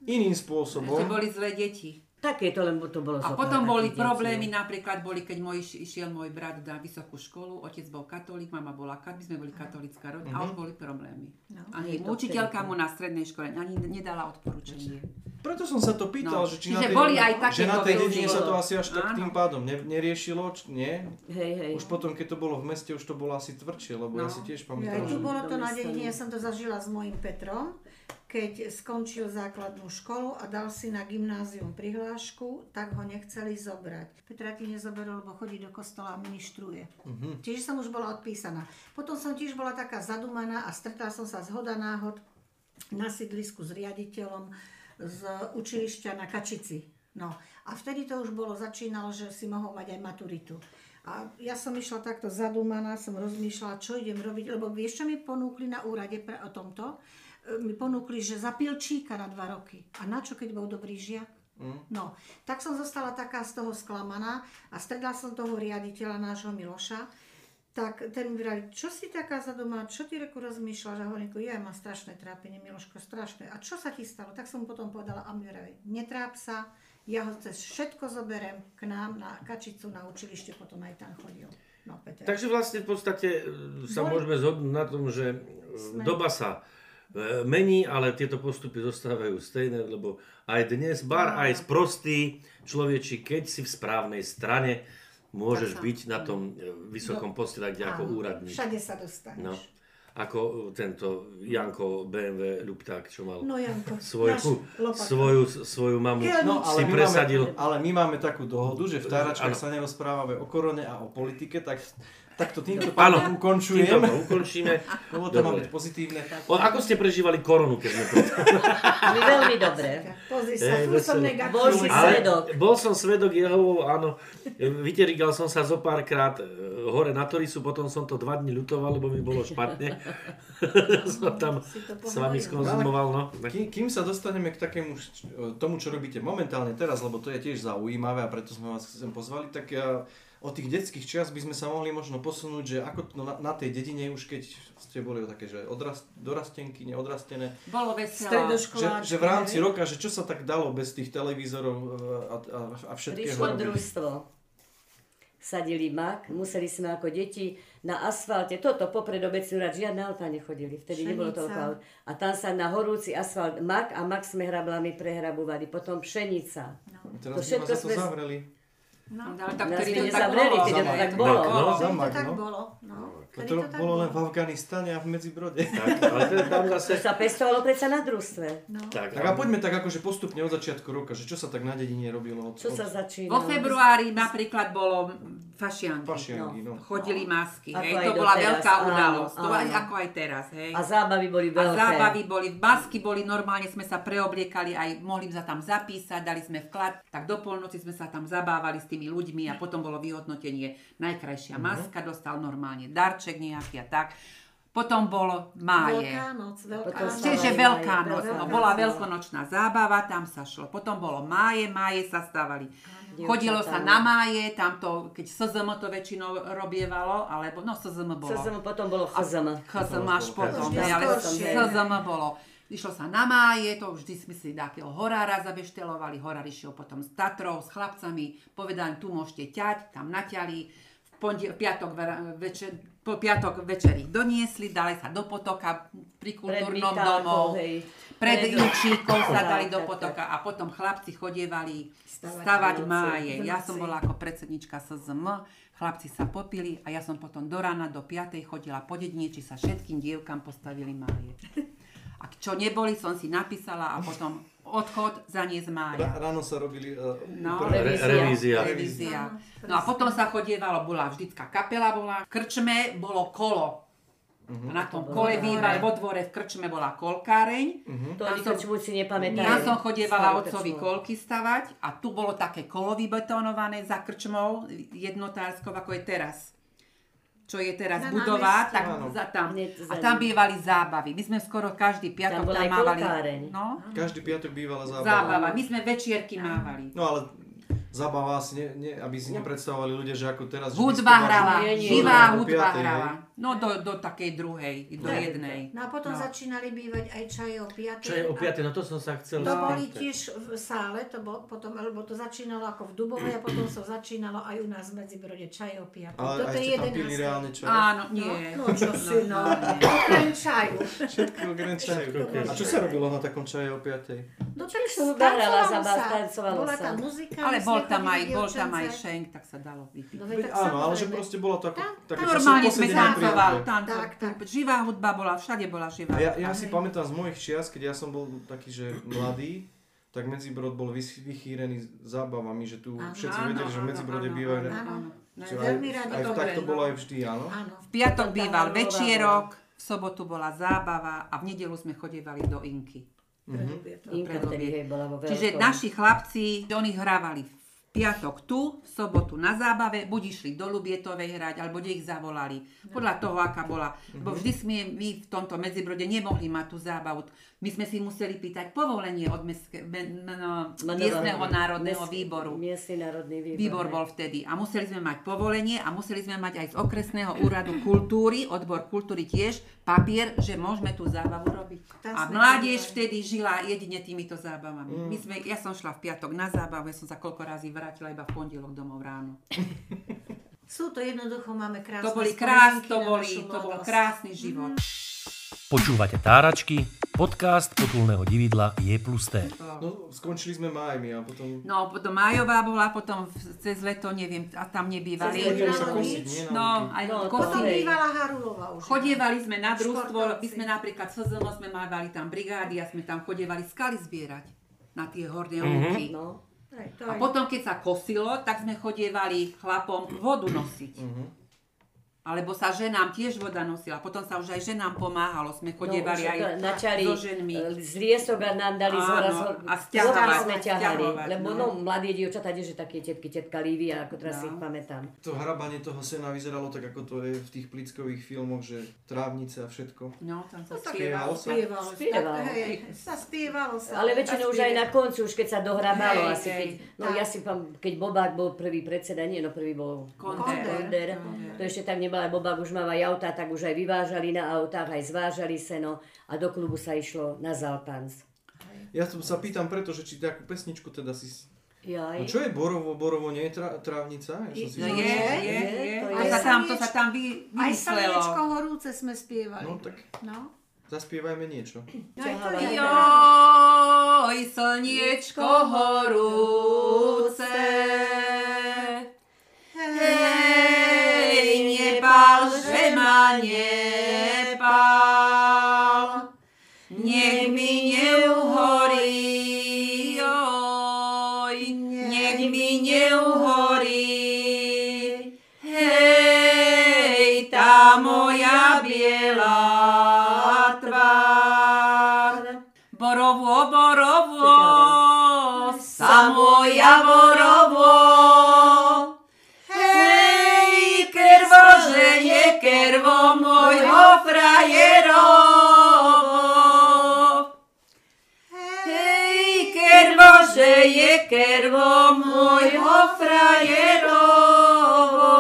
D: iným
E: Ešte
D: spôsobom.
E: boli zlé deti.
C: Takéto len to bolo zo
E: A
C: pár
E: potom
C: takých
E: boli
C: detí.
E: problémy, napríklad boli, keď môj, iš- išiel môj brat na vysokú školu, otec bol katolík, mama bola katolík, my sme boli katolická rodina a už boli problémy.
F: No.
E: Ani
C: Je to
E: učiteľka mu na strednej škole ani nedala odporúčanie.
D: Preto som sa to pýtal,
E: No,
D: že či na
E: čiže
D: tej,
E: boli aj
D: že
E: takéto
D: na tej
E: využívalo.
D: dedine sa to asi až tak
E: Áno.
D: tým pádom ne, neriešilo, č, nie?
C: Hej, hej.
D: Už potom, keď to bolo v meste, už to bolo asi tvrdšie, lebo ja
E: No.
D: si tiež
F: Aj
D: pamätám,
F: tu
D: že...
F: bolo to
C: Dobre
F: na
C: sa
F: dedine,
C: mi-
F: ja som to zažila s mojim Petrom, keď skončil základnú školu a dal si na gymnázium prihlášku, tak ho nechceli zobrať. Petra ti nezoberú, lebo chodí do kostola a ministruje. Čiže som už bola odpísaná. Potom som tiež bola taká zadumaná a stretla som sa zhoda náhod na sídlisku s riaditeľom z učilišťa na Kačici. No a vtedy to už bolo, začínalo, že si mohol mať aj maturitu. A ja som išla takto zadumaná, som rozmýšľala, čo idem robiť, lebo vieš, čo mi ponúkli na úrade pre, o tomto? E, Mi ponúkli, že za pilčíka na dva roky. A na čo, keď bol dobrý žiak? No, tak som zostala taká z toho sklamaná a stredla som toho riaditeľa nášho Miloša, tak ten mi vraví, čo si taká za doma, čo ty reku rozmýšľaš? A hovorím, ja mám strašné trápenie, Miloško, strašné. A čo sa ti stalo? Tak som mu potom povedala a mi vraví, netráp sa, ja ho cez všetko zoberem k nám na Kačicu, na učilište, potom aj tam chodil. No, Peter.
B: Takže vlastne v podstate e,
F: No.
B: sa môžeme zhodnúť na tom, že e, doba sa e, mení, ale tieto postupy zostávajú stejné, lebo aj dnes, bar
F: No.
B: aj sprostý človeči, keď si v správnej strane, môžeš
F: Tak sa- No.
B: byť na tom e, vysokom poste, tak kde ako
F: Áno,
B: úradník.
F: Všade sa dostaneš.
B: No, ako tento Janko BMW Lupták, čo mal
F: No, Janko, náš
B: svoju,
F: lopatka.
B: svoju, svoju mamu,
F: Keď-
D: No, ale
B: si
D: my,
B: presadil.
D: máme, ale my máme takú dohodu, že v táračkách
B: Áno.
D: sa nerozprávame o korone a o politike, tak, tak to
B: Áno,
D: týmto pádom
B: týmto to
D: ukončujem,
B: ukončíme.
D: lebo to má
B: Dobre.
D: byť pozitívne.
B: O, ako ste prežívali koronu, keď sme to...
C: My veľmi dobre.
F: Pozri sa,
B: Ej,
F: tu som
B: veselé.
C: Boží
F: negatívna.
B: Eh, Ale
C: svedok.
B: bol som svedok Jehovov, áno. Vyterigal som sa zo párkrát e, hore na Torisu, potom som to dva dní ľutoval, lebo mi bolo špatne. som tam
F: Si to
B: s vami
F: pohovoril.
B: skonzumoval, no.
D: Kým, kým sa dostaneme k takému, št- tomu, čo robíte momentálne teraz, lebo to je tiež zaujímavé a preto sme vás sem pozvali, tak ja, o tých detských čias by sme sa mohli možno posunúť, že ako to na, na tej dedine už keď ste boli také, že odrast, dorastenky, neodrastené,
E: Bolo
F: No.
E: veselo.
F: Stredoškoláčky.
D: že, že v rámci
F: hej.
D: roka, že čo sa tak dalo bez tých televízorov e, a, a, a všetkého
C: Prišlo
D: robiť?
C: družstvo. Sadili mak, museli sme ako deti na asfalte, toto popred obecnú rad, žiadne autá nechodili, vtedy
F: Pšenica.
C: nebolo toľko aut. A tam sa na horúci asfalt mak a mak sme hrablami prehrabovali, potom pšenica. To
D: Teraz by ma
C: všetko
D: za to
C: sme-
D: zavreli.
E: No, ale tak
C: Nás
E: vtedy
C: by
E: to tak
C: nezavreli,
E: bolo.
C: vtedy to
E: ale
C: tak
E: to-
C: bolo.
B: No,
F: Vtedy to
D: Zamak,
F: tak
D: no.
F: bolo. No. Vtedy
D: To bolo len v Afganistane a v Medzibrode.
B: Tak, ale teda tam
C: To
B: zase...
C: sa pestovalo predsa na družstve.
F: No.
B: Tak,
D: Tak a poďme tak akože postupne od začiatku roka, že čo sa tak na dedine robilo od,
C: Čo sa
D: od
E: Vo
C: začínalo?
E: februári napríklad bolo mm, fašianky.
D: fašiangy, no.
E: Chodili masky,
C: Ako
E: hej,
C: aj
E: to bola
C: doteraz,
E: veľká
C: áno,
E: udalosť, to aj,
C: áno.
E: ako aj teraz, hej.
C: A zábavy boli
E: A
C: veľké.
E: zábavy boli, basky boli, normálne sme sa preobliekali, aj mohli sa tam zapísať, dali sme vklad, tak do polnoci sme sa tam zabávali s tými ľuďmi a potom bolo vyhodnotenie, najkrajšia maska, dostal normálne darček nejaký a tak. Potom bolo máje.
F: Veľká noc, veľká
C: Potom
F: noc.
C: sa-
E: Čiže
C: Aj,
E: veľká
C: aj,
E: noc,
C: veľká
E: no, bola
C: noc.
E: veľkonočná zábava, tam sa šlo. Potom bolo máje, máje sa stávali.
C: Dievčatá.
E: Chodilo sa na máje, tam to, keď SZM to väčšinou robievalo, alebo no SZM bolo.
C: SZM potom bolo chazama.
E: SZM až potom,
F: Vždy
E: hej, ale
F: skoršie.
E: SZM bolo. Išlo sa na máje, to vždy sme si takého horára zabeštelovali, horár išiel potom s Tatrou, s chlapcami, povedali, tu môžete ťať, tam naťali, v pondi- v piatok, ver- večer, po piatok večer ich doniesli, dali sa do potoka pri kultúrnom
C: Pred
E: domov,
C: Bytákov, hej.
E: pred
C: Pred-
E: Ilčíkov sa
C: Tak,
E: dali do
C: tak,
E: potoka a potom chlapci chodievali
F: Stavať
E: stavať
F: v noci,
E: máje.
F: v
E: Ja
F: noci.
E: som bola ako predsednička SZM, chlapci sa popili a ja som potom do rána do 5. chodila po dedine, či sa všetkým dievkam postavili máje. A čo neboli, som si napísala a potom odchod zaniesť mája.
D: Ra- Ráno sa robili uh,
E: No,
D: úpravy.
B: Re- revízia.
E: Revízia.
F: Áno,
E: No a potom sa chodievalo, bola vždycká kapela, bola v krčme, bolo kolo.
B: Mhm.
E: A na tom kole výbar vo dvore v krčme bola kolkáreň.
D: Mhm.
C: To
E: Tam
C: ani
E: som-
C: krčmúci nepamätajú.
E: Ja som chodievala
C: Staré
E: otcovi
C: krčmú.
E: kolky stavať a tu bolo také kolo vybetonované za krčmou jednotárskou, ako je teraz. Čo je teraz
F: Na
E: budova,
F: námestí.
E: tak
D: Áno.
E: za tam.
C: Hneď za
E: A tam
C: ním.
E: bývali zábavy. My sme skoro každý piatok
C: bola
E: tam,
C: aj
E: mávali.
C: kolkáreň.
E: No,
D: Každý piatok bývala zábava.
E: zábava. My sme večierky mávali.
D: No ale zábava asi, ne, ne, aby si nepredstavovali ľudia, že ako teraz... že
E: No. Hudba
D: diskováči-
E: hrala,
C: Nie, nie.
E: živá
D: Do
E: hudba
D: piatej,
E: hrala.
D: hej.
E: No do, do takej druhej, do
C: Tak.
E: jednej.
F: No a potom
E: No.
F: začínali bývať aj čaje o 5.
B: Čo je o 5. No to som sa chcel...
F: To
B: spýtať.
F: boli tiež v sále, to bol potom, lebo to začínalo ako v Dubovej a potom sa začínalo aj u nás v Medzibrode čaj o 5.
D: Ale aj ste tam pili reálne čaj.
E: Áno, nie.
F: No, no čo si, no.
E: nie.
F: Okrem čaju.
D: Všetko okrem čaju.
B: okrem
D: A čo sa robilo na takom čaje o 5.
F: No
C: Tiež som hrala za vás, tancovalo
F: Bola
C: sa.
F: tam muzika.
E: Ale
F: my
E: bol
F: sme
E: tam aj,
F: chodili
E: bol tam aj
F: dievčence.
E: šenk, tak sa dalo vypiť.
F: No veď tak
D: Áno, ale že
F: samozrejme.
D: proste bola to ako...
F: Tam-
D: také
F: tam
D: posed-
E: Normálne sme
D: posedenie pri
E: tancovali,
D: ohni.
E: tam,
F: Tak, tak.
E: živá hudba bola, všade bola živá.
D: A ja, ja
E: hudba.
D: si pamätám z mojich čias, keď ja som bol taký, že mladý, tak Medzibrod bol vys- vychýrený zábavami, že tu
F: Áno,
D: všetci
E: Áno,
D: vedeli, že v
E: áno,
D: Medzibrode
E: áno,
D: bývajú.
E: áno,
F: Áno.
E: áno. No,
D: Čo
E: ja-
D: Aj,
F: Veľmi radi
D: aj
F: to no.
D: tak to
F: bolo.
D: bolo aj vždy, áno.
F: Áno.
E: V piatok
C: Tam
E: býval
C: bola
E: večierok, v sobotu bola zábava a v nedelu sme chodievali do Inky.
D: Mhm.
C: Inka vtedy, hej, bola vo veľkom.
E: No, Čiže naši chlapci, oni hrávali v piatok tu, v sobotu na zábave, buď išli do Lubietovej hrať, alebo kde ich zavolali. Podľa
F: No.
E: toho, aká bola.
D: Mhm.
E: Lebo vždy sme my v tomto medzibrode nemohli mať tú zábavu. My sme si museli pýtať povolenie od mestské, men- men- miestneho národného
C: Mes-
E: výboru.
C: Miestny národný výbor.
E: Výbor
C: hej.
E: bol vtedy a museli sme mať povolenie a museli sme mať aj z okresného úradu kultúry, odbor kultúry tiež, papier, že môžeme tú zábavu robiť.
F: Tam
E: A
F: sme Mm.
E: mládež
F: boli.
E: vtedy žila jedine týmito zábavami. My sme, ja som šla v piatok na zábavu, ja som sa koľko razy vrátila iba v pondelok domov ráno.
F: Sú to jednoducho, máme krásne
E: To boli krás,
F: spomienky
E: to,
F: na
E: boli,
F: našu
E: to bol
F: mladosť. Mhm.
E: krásny život.
A: Počúvate Táračky, podcast potulného dividla je plus T.
D: No, skončili sme májmi a potom...
E: No, potom Majová bola, potom v- cez leto, neviem, a tam nebývali.
F: Cez
D: Chodilo
F: leto.
D: sa
F: Ráno
D: kosiť,
F: nič.
D: nie? na
E: No,
D: ruky.
E: aj
C: No,
E: no,
F: Potom
C: Hej.
F: bývala Harulova už.
E: Chodievali sme na družstvo,
F: Športovci.
E: my sme napríklad SZM sme mávali tam brigády a sme tam chodievali skaly zbierať na tie horné lúky.
C: No,
F: Aj, to
E: A
F: aj.
E: potom, keď sa kosilo, tak sme chodievali chlapom vodu nosiť. Alebo sa ženám tiež voda nosila. Potom sa už aj ženám pomáhalo. Sme chodievali
C: no,
E: aj
C: už na čari
E: so ženmi.
C: e, z liesok a nám dali z hora,
E: Áno,
C: z hora-
E: a
C: z hora
E: sťahovať,
C: sme ťahali,
E: sťahovať,
C: lebo
E: no.
C: no, mladé dievčatá, tiež je také tetky, tetka Lívia, ako teraz si ich pamätám.
D: To hrabanie toho sena vyzeralo tak, ako to je v tých plickových filmoch, že trávnice a všetko.
E: No, tam sa
F: No, tak
E: spievalo.
D: sa.
F: Spievalo.
C: Spievalo.
F: Tak, hej, sa spievalo sa.
C: Ale väčšinou už aj na konci, už keď sa dohrávalo
E: Hej,
C: asi,
E: hej.
C: keď, no ja si pam, keď Bobák bol prvý predseda, nie, no prvý bol
E: Konder.
C: Konder. to ešte tak nebolo, ale Bobák už mal aj auta, tak už aj vyvážali na autách, aj zvážali seno a do klubu sa išlo na Zalpans.
D: Ja som sa pýtam preto, že či takú pesničku teda si... s-
C: Jaj.
D: No čo je Borovo? Borovo nie je tra- trávnica? Ja som si
E: No
F: No,
E: je,
F: je,
E: je, je.
C: to
E: To
C: je.
E: sa tam, to sa tam vy,
F: Aj slniečko
E: vymyslelo.
F: horúce sme spievali.
D: No tak
F: No.
D: zaspievajme niečo.
F: Aj to
C: Ťahala.
F: je.
E: Joj, slniečko horúce, nepál. Nech mi neuhorí, oj, nech mi neuhorí. Hej, tá moja biela tvár. Borovo, borovo, sa moja borovo. Hej, kervo, ženie, kervo mojho frajerovo. Hej, kervo, že je kervo mojho frajerovo.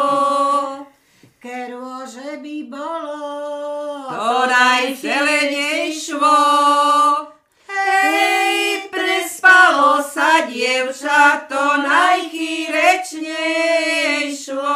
F: Kervo, že by bolo,
E: To najzelenejšvo. Hej, prespalo sa dievča, to najchýrečnejšvo.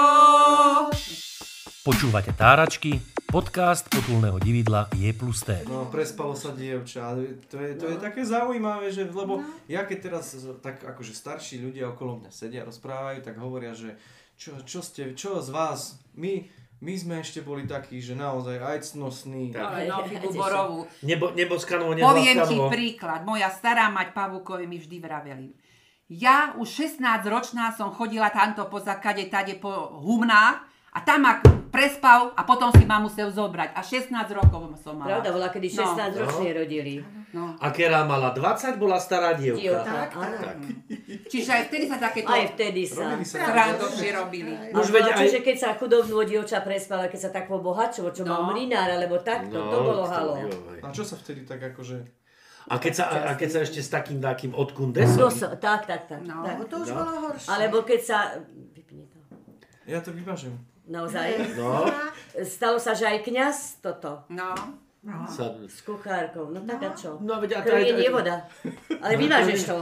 A: Počúvate Táračky, podcast potulného dividla je plus T.
D: No, prespalo sa dievča. To je, to je také zaujímavé, že, lebo ja keď teraz z- tak akože starší ľudia okolo mňa sedia, rozprávajú, tak hovoria, že čo, čo ste, čo z vás, my, my sme ešte boli takí, že naozaj aj cnosní.
B: Tak.
E: Ale no,
C: Ja
E: figu
C: tiež
E: borovú.
B: Nebo, neboskanovo,
E: Poviem ti
B: neboskanovo.
E: príklad. Moja stará mať Pavúkovi mi vždy vraveli. Ja už 16 ročná som chodila tamto po zakade, tade po humnách a tam ma prespal a potom si ma musel zobrať. A 16 rokov som mala.
C: Pravda bola, kedy 16 no. ročne rodili.
E: No.
B: A Kera mala 20, bola stará dievka.
C: Dievka, áno.
E: Čiže aj vtedy sa takéto
C: Aj vtedy sa.
D: Robili sa
E: srandošie robili.
B: Už
C: Už
B: veď aj-
C: veď Čiže keď sa chudobnú dievča prespala, keď sa tak bohačovo, čo mal
E: No.
C: mlinár, alebo takto,
D: No,
C: to bolo halo.
B: to joj.
D: A čo sa vtedy tak akože...
B: A keď sa, a, a keď sa ešte s takým takým
C: To
B: odkundesom,
C: sa- Tak, tak, tak.
E: No.
C: tak.
F: no to už
B: No.
F: bolo horšie.
C: Alebo keď sa... Vypni to.
D: Ja to vymažem.
C: Naozaj.
B: no,
C: Stalo sa, že aj kňaz toto.
E: No.
B: sa,
C: S kuchárkou. No tak a čo?
B: No, veď a to aj- No,
C: to je voda. Ale vyvážeš to.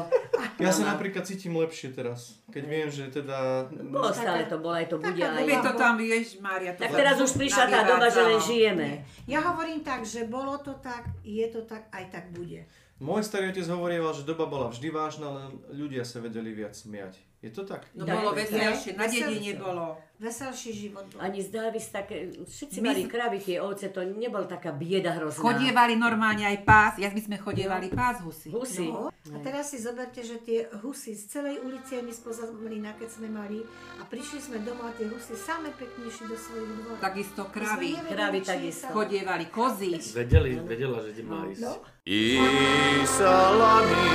D: Ja sa napríklad cítim lepšie teraz, keď viem, že teda...
C: Bolo stále to, bolo aj to, bude aj.
E: Je to tam, vieš, Mária. to
C: Tak
E: sa
C: teraz už prišla tá doba, že len
E: navyvádzalo.
C: žijeme.
F: Ja hovorím tak, že bolo to tak, je to tak, aj tak bude.
D: Môj starý otec hovorieval, že doba bola vždy vážna, len ľudia sa vedeli viac smiať. Je to tak?
E: No
C: Tak,
E: bolo
C: tak.
E: veselšie, na
F: Veselšie.
E: dedine bolo.
F: Veselší život bol.
C: Ani zdávy také, e, všetci
E: My
C: mali
E: sme-
C: kravy, tie ovce, to nebola taká bieda hrozná.
E: Chodievali normálne aj pás, ja my sme chodievali pás husy.
C: Husy.
F: No. A teraz si zoberte, že tie husy z celej ulice, my spoza Mlina, keď sme mali, a prišli sme domov a tie husy same peknejšie do svojich dvorov.
E: Takisto kravy.
F: My sme nevedeli,
C: Kravy
F: či je
C: takisto.
F: tam-
E: Chodievali kozy.
B: vedeli,
C: No.
B: vedela, že ti má ísť.
G: Isalami,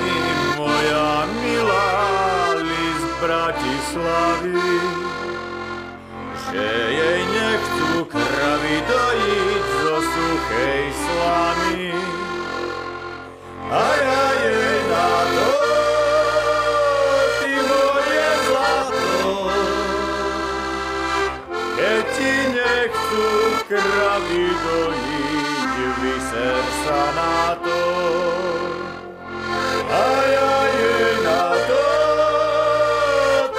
G: moja milá, list Bratislavy, že jej nechcú kravy dojiť zo suchej slamy. A ja jej na to, ty moje zlato, keď ti nechcú kravy dojiť, vyser sa na to. A ja jej na to,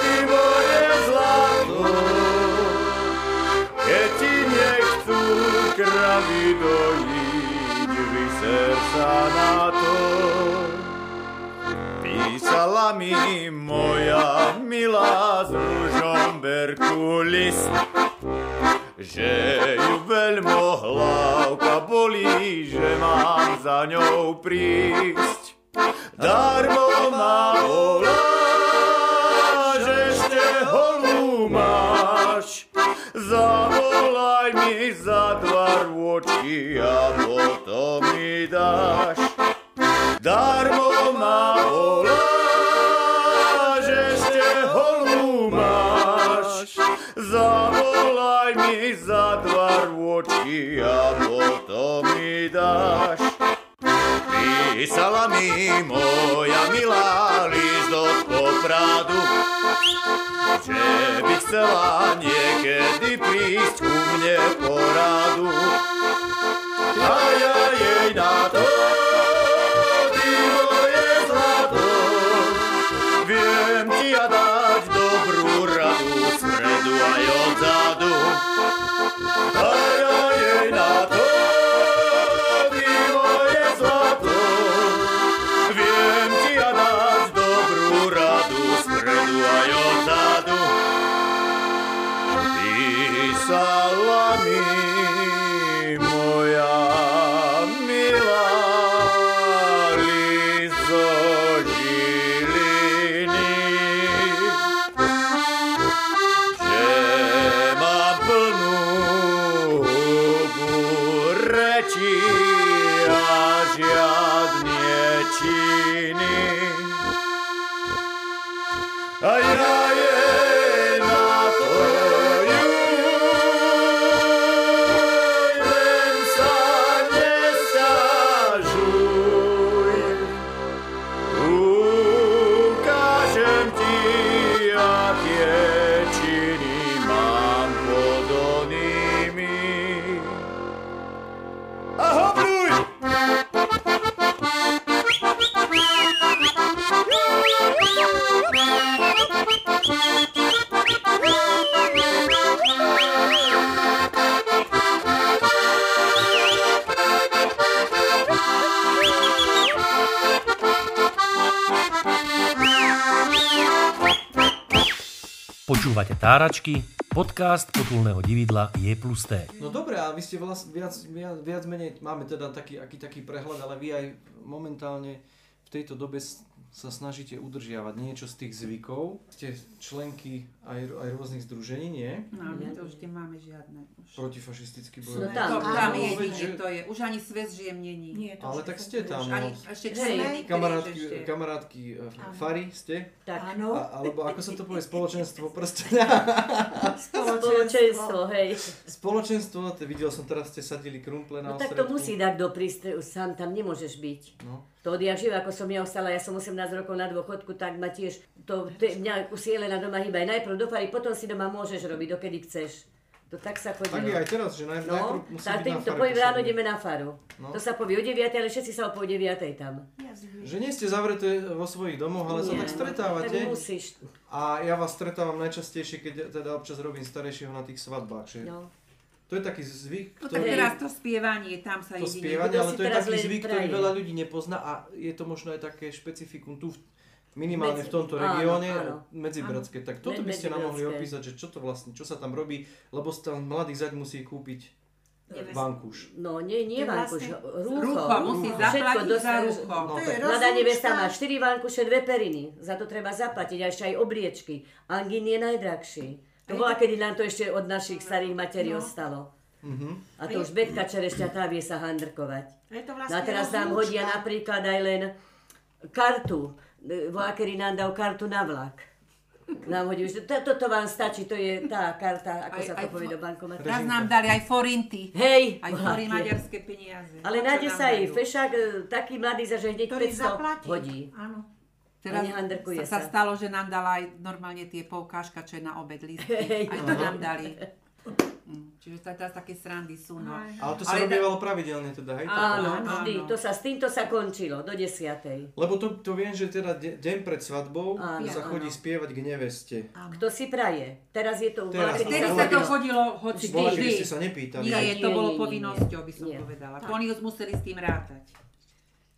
G: ty moje zlato, keď ti nechcú kravy dojiť, vyser sa na to. Písala mi moja milá z Ružomberku list, že ju veľmo hlavka bolí, že mám za ňou prísť. Darmo ma voláš, ešte holú máš. Zavolaj mi za dva rôčky a potom mi dáš. Darmo ma voláš, ešte holú máš. Zavolaj mi za dva rôčky a potom mi dáš. Písala mi moja milá list od Popradu, že by chcela niekedy prísť ku mne poradu. A ja jej na to, ty moje zlato, viem ti ja dať dobrú radu, spredu aj odzadu. A ja jej na to, ty moje zlato, viem ti ja dať dobrú radu, spredu aj odzadu. Písala mi reči a žiadne činy. A ja je na to len sa nestažuj. Ukážem ti, aké činy mám pod onými. A hovruj!
A: Počúvate Táračky, podcast potulného dividla je plus T.
D: No dobre, a vy ste vlast, viac, viac, viac menej, máme teda taký, aký, taký prehľad, ale vy aj momentálne v tejto dobe s- sa snažíte udržiavať niečo z tých zvykov. Ste členky aj, aj rôznych združení, nie?
E: No, my to už nemáme žiadne. Už.
D: Protifašistický boj.
C: No tam,
E: To,
C: áno,
E: tam
D: no,
E: je
D: veď,
E: jedine,
D: že-
E: to je. Už ani svet žiem není.
F: Nie, to
D: Ale
F: už
D: tak
F: je-
D: ste tam,
F: to už-
E: Už
D: no.
E: ani ešte
C: Hej.
E: členky,
D: Kamarátky,
E: ešte.
D: kamarátky e,
F: Áno.
D: fary ste?
C: Tak,
F: Áno,
D: A, alebo ako sa to povie, spoločenstvo prstenia?
C: spoločenstvo, hej.
D: Spoločenstvo, te- videl som teraz, ste sadili krumple
C: No
D: na
C: tak to
D: osredku.
C: musí dať do prístreu, sám tam nemôžeš byť.
D: No.
C: To odjak živa, ako som ja ostala, ja som 18 rokov na dôchodku, tak ma tiež, to, te, mňa usiele na doma hýbaj najprv do fary, potom si doma môžeš robiť, dokedy chceš. To tak sa chodí.
D: Tak je aj teraz, že naj, najprv
C: No,
D: musí
C: tak
D: byť na
C: tým to
D: fare
C: poviem ráno,
D: posadený.
C: ideme na faru.
D: No.
C: To sa povie o 9, ale všetci sa o pol 9 tam.
D: Že nie ste zavreté vo svojich domoch, ale sa
C: Nie, no,
D: tak stretávate.
C: Tak musíš,
D: A ja vás stretávam najčastejšie, keď teda občas robím starejšieho na tých svadbách. Že
C: no.
D: To je taký zvyk,
E: No tak
D: ktorý...
E: teraz to spievanie, tam sa
D: to
E: jedine...
D: spievanie,
C: kto
D: ale
C: si
D: to je
C: teraz
D: taký
C: len
D: zvyk, ktorý
C: praje.
D: veľa ľudí nepozná a je to možno aj také špecifikum tu, v- minimálne v tomto
C: Medzi-
D: regióne,
C: áno,
D: medzibratské. Tak toto
C: Me-
D: by ste nám mohli
C: medzibratské.
D: opísať, že čo to vlastne, čo sa tam robí, lebo tam mladý zaď musí kúpiť
F: Nevesta.
D: vankúš.
C: No, nie, nie
F: To je
C: vankuš,
F: vlastne-
C: rúcho.
E: Rucho, musí
C: Všetko
E: zaplatiť za
C: dostaneš-
E: rucho.
D: No,
F: To je
C: Mladá
F: rozlúčka.
C: nevesta má 4 vankuše, dve periny. Za to treba zaplatiť a ešte aj obliečky. Angín je najdrahší. To bola, kedy nám to ešte od našich starých materí
E: No.
C: ostalo. A to už Betka Čerešťa tá vie sa handrkovať.
F: Je to vlastne
C: No a teraz nám
F: rozlúčka.
C: hodia napríklad aj len e, kartu. Volákeri nám dal kartu na vlak. Nám hodí, že to- toto vám stačí, to je tá karta, ako
E: Aj-
C: sa to
E: aj
C: povie
E: fo-
C: do bankomatu.
E: Teraz nám dali aj forinty.
C: Hej,
E: Aj fory
C: volákeri.
E: maďarské peniaze.
C: Ale
E: To, čo
C: nájde
E: nám
C: sa aj
E: dajú.
C: fešák, e, taký mladý, za že hneď
F: Ktorý
C: 500
F: zaplatí.
C: hodí.
F: Áno.
E: Teraz
C: nehandrkuje
E: sa, sa
C: sa.
E: stalo, že nám dala aj normálne tie poukážka, čo je na obed
C: Hej.
E: listky. Aj to nám dali. Mm, Čiže tá- teraz také srandy sú. No.
F: Aj.
D: Ale to sa
E: Ale tak-
D: robievalo pravidelne teda, hej? tak?
C: Áno,
E: Áno,
C: vždy.
E: áno.
C: To sa, s týmto sa končilo do desiatej.
D: Lebo to, to viem, že teda de- deň pred svadbou
C: Áno,
D: sa
C: áno.
D: chodí spievať k neveste.
C: Kto si praje? Teraz je to u
D: Teraz.
C: vlády.
E: Vtedy
D: Bola,
E: sa to
D: kedy-
E: chodilo hoci
D: Bola, kedy
E: kedy.
D: ste sa nepýtali.
E: Nie,
C: Nie,
E: to
C: nie,
E: bolo
C: nie, nie,
E: povinnosťou, by som
C: nie.
E: povedala. Oni už museli s tým rátať.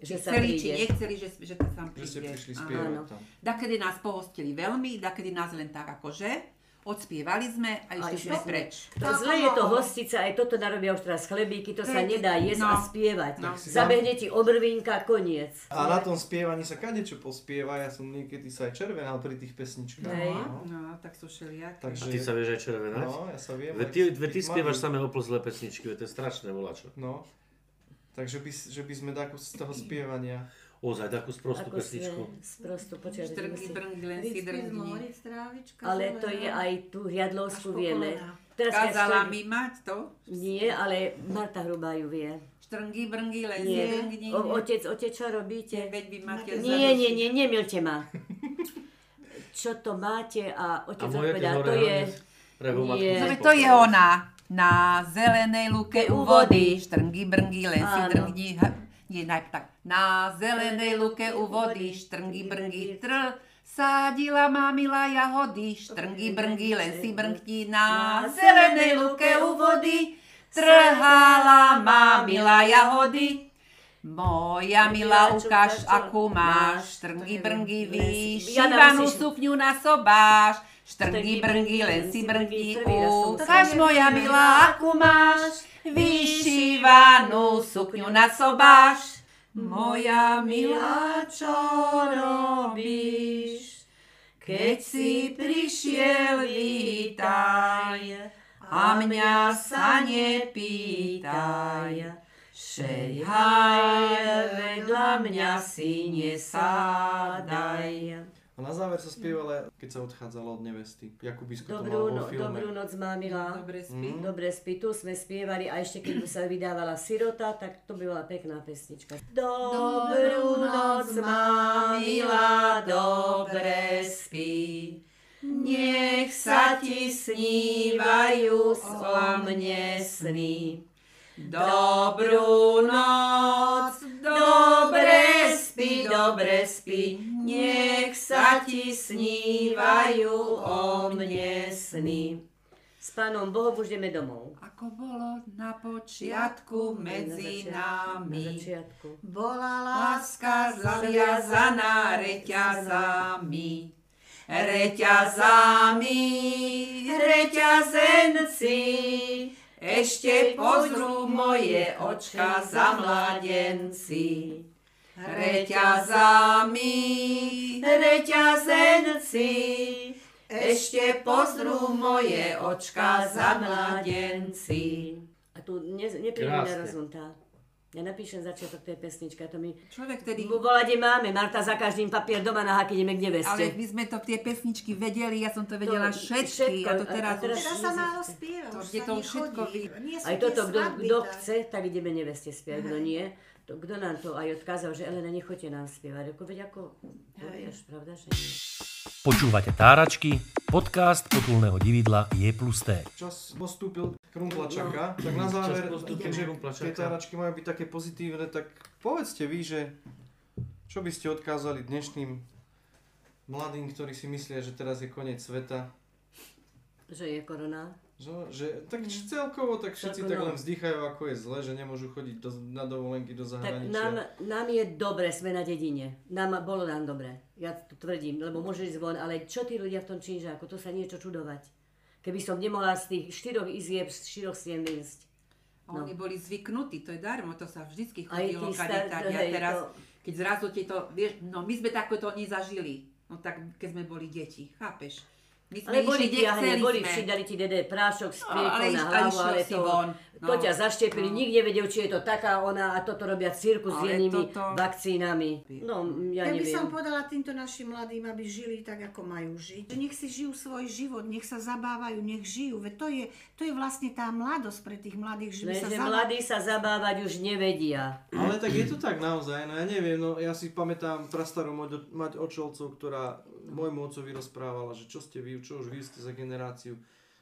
C: že
E: Či
C: sa
E: chceli, či
C: príde.
E: nechceli, že, že to tam
D: Že
E: príde.
D: ste prišli
E: Áno.
D: spievať
C: Áno.
D: tam.
E: Dakedy nás pohostili veľmi, dakedy nás len tak akože. Odspievali sme a išli
C: išli
E: sme
C: sme.
E: preč.
C: To zle je to hostica, aj toto narobia už teraz chlebíky, to sa
E: Hej,
C: nedá jesť a
E: no.
C: spievať.
E: No.
C: Zabehne ti obrvinka, koniec.
D: A na tom spievaní sa kadečo pospieva, ja som niekedy sa aj červenal pri tých pesničkách.
C: Hej.
D: No.
E: No, tak sú všelijaké.
D: Takže,
B: A ty sa vieš aj červenať?
D: No, ja sa viem.
B: Ve,
D: aj
B: ty,
D: z
B: ve, ty
D: tých
B: spievaš
D: malých.
B: samé oplzlé pesničky, ve, to je strašné voláčo.
D: No. Takže by, že by sme dako z toho spievania.
B: Ozaj, takú sprostú
C: Ako
B: pesničku.
C: sme sprosto počas
E: Štrngy, brngy, len si
F: Rybky z
E: drngni.
F: mori, strávička
C: Ale to
E: no.
F: zelená.
C: je aj tu
F: Až
C: hriadlovsku
F: po
C: vieme.
F: kolená.
C: Teraz keď
E: Kázala
C: štrngy-
E: mi mať to?
C: Nie, ale Marta Hrubá ju vie.
E: Štrngy, brngy, len si
C: Nie.
E: drngni.
C: O, otec, otec, čo robíte?
E: Veď by máte
C: Nie, nie, nie, nemilte ma. Čo to máte a
B: A
C: otec
B: moje keď
C: odpovedá,
B: hore
C: to je...
B: hlavne prehu matku
C: je-
B: za
E: No, Veď
B: spokoj.
E: to je ona. Na zelenej luke u vody. Štrngy, brngy, len si
C: Áno.
E: drngni. Ha- Nie, najprv tak. Na zelenej luke u vody. Štrngy, brngy, tr. Sádila mamila jahody. Štrngy, brngy, len si brnkni. Na zelenej luke u vody. Trhala mamila jahody. Moja milá, ukáž, akú máš, štrngy brngy vyšívanú sukňu na sobáš, štrngy brngy, len si brngy, ukáž, moja milá, akú máš, vyšívanú sukňu na sobáš. Moja milá, čo robíš, keď si prišiel, vítaj, a mňa sa nepýtaj.
C: Šejhaj, vedľa mňa si nesádaj.
D: A na záver sa spievala, keď sa odchádzalo od nevesty. Jakubisko to malo
C: Dobrú,
D: vo
C: no,
D: filme.
C: dobrú noc, mamila.
E: Dobre spí.
C: Dobre spí, tu sme spievali a ešte keď sa vydávala Sirota, tak to by bola pekná pesnička. Dobrú noc, mamila, dobre spí. Nech sa ti snívajú o mne sny. Dobrú noc, dobre spí, dobre spí, nech sa ti snívajú o mne sny. S pánom Bohom už ideme domov.
E: Ako bolo na počiatku medzi
C: Na
E: nami,
C: začiatku.
F: Bola
E: láska zaviazaná reťazami. Reťazami, reťazenci, ešte pozrú moje očka za mladenci. Reťazami, reťazenci, ešte pozrú moje očka za mladenci.
C: A tu ne, nepríde
B: Krásne.
C: na rozvontá. Ja napíšem začiatok tej pesničky a to mi...
E: Človek tedy...
C: Bola, kde máme, Marta za každým papier doma na hak ideme k neveste.
E: Ale my sme to tie pesničky vedeli, ja som to vedela
C: To- všetko,
E: všetky. A to
C: a-
E: teraz,
C: a teraz-
F: Teraz
E: už...
F: sa málo spieva,
E: To
F: už
E: je
F: sa
E: to
F: nechodí.
E: všetko vy-
F: Nie sú
C: Aj
F: tie
C: toto, kto,
F: svadby,
C: kto
F: tak.
C: chce, tak ideme neveste spievať, kto nie. To, kto nám to aj odkázal, že Elena, nechoďte nám spievať. Ako, veď ako, no vieš, pravda, že...
A: Počúvate Táračky, podcast potulného dividla je plus T.
D: čas postúpil Krumplačaka, tak na záver,
B: postúpil
D: keďže
B: Krumplačaka.
D: tie táračky majú byť také pozitívne, tak povedzte vy, že čo by ste odkázali dnešným mladým, ktorí si myslia, že teraz je koniec sveta,
C: Že je korona.
D: že, že, tak že celkovo tak všetci
C: Mhm. Celkovo,
D: tak
C: no.
D: len vzdychajú, ako je zle, že nemôžu chodiť do, na dovolenky do
C: Tak
D: zahraničia.
C: nám, nám je dobre, sme na dedine. Nám, bolo nám dobre, ja to tvrdím, lebo môžeš ísť von, ale čo tí ľudia v tom činžáku, to sa niečo čudovať. Keby som nemohla z tých štyroch izieb, z štyroch stien ísť.
E: A Oni boli zvyknutí, to je darmo, to sa vždycky
C: Aj tí
E: chodilo
C: star-
E: kade tade. A
C: hej,
E: teraz,
C: to-
E: keď zrazu ti to, vieš, no my sme takoto nezažili. No tak, keď sme boli deti, chápeš? My
C: Ale
E: sme
C: boli
E: išli,
C: ti, ahne,
E: nechceli
C: boli
E: sme.
C: vši, dali ti dede prášok s
E: No,
C: priekou na
E: ale iš- ale
C: hlavu,
E: išiel
C: ale
E: si
C: to,
E: von,
C: to
E: no.
C: ťa zaštepili, nikto nevedel, či je to taká ona a toto robia cirkus s
E: Ale
C: jednými
E: toto-
C: vakcínami. No, m, ja
F: Ja by
C: neviem.
F: som povedala týmto našim mladým, aby žili tak, ako majú žiť. Že Nech si žijú svoj život, nech sa zabávajú, nech žijú. Veď to je, to je vlastne tá mladosť pre tých mladých, že by
C: Len,
F: sa
C: že
F: zabávali.
C: mladí sa zabávať už nevedia.
D: Ale tak je to tak naozaj, no ja neviem, no ja si pamätám prastarú mať, mať očolcov, ktorá môjmu ocovi rozprávala, že čo ste vy, čo už vy ste za generáciu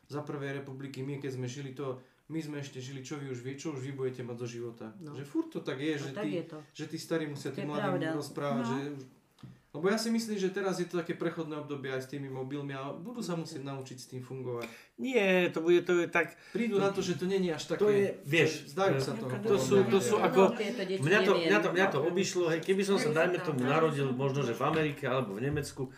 D: za prvej republiky, my keď sme žili to, my sme ešte žili, čo vy už vie, čo už vy budete mať zo života. No. Že furt to tak je, že,
C: tak
D: tí,
C: je to.
D: že tí starí musia
C: To je
D: tým mladým
C: pravda. No.
D: rozprávať, že už... Lebo ja si myslím, že teraz je to také prechodné obdobie aj s tými mobilmi a budú sa musieť naučiť s tým fungovať.
B: Nie, to bude to je tak...
D: Prídu na to, že to není až také...
B: To je, vieš, e,
D: Zdajú sa toho.
B: to sú, to sú ako...
C: tieto deti
B: Mňa to,
C: neviem.
B: mňa to, mňa to obišlo, hej, keby som sa, dajme tomu, narodil možno, že v Amerike alebo v Nemecku,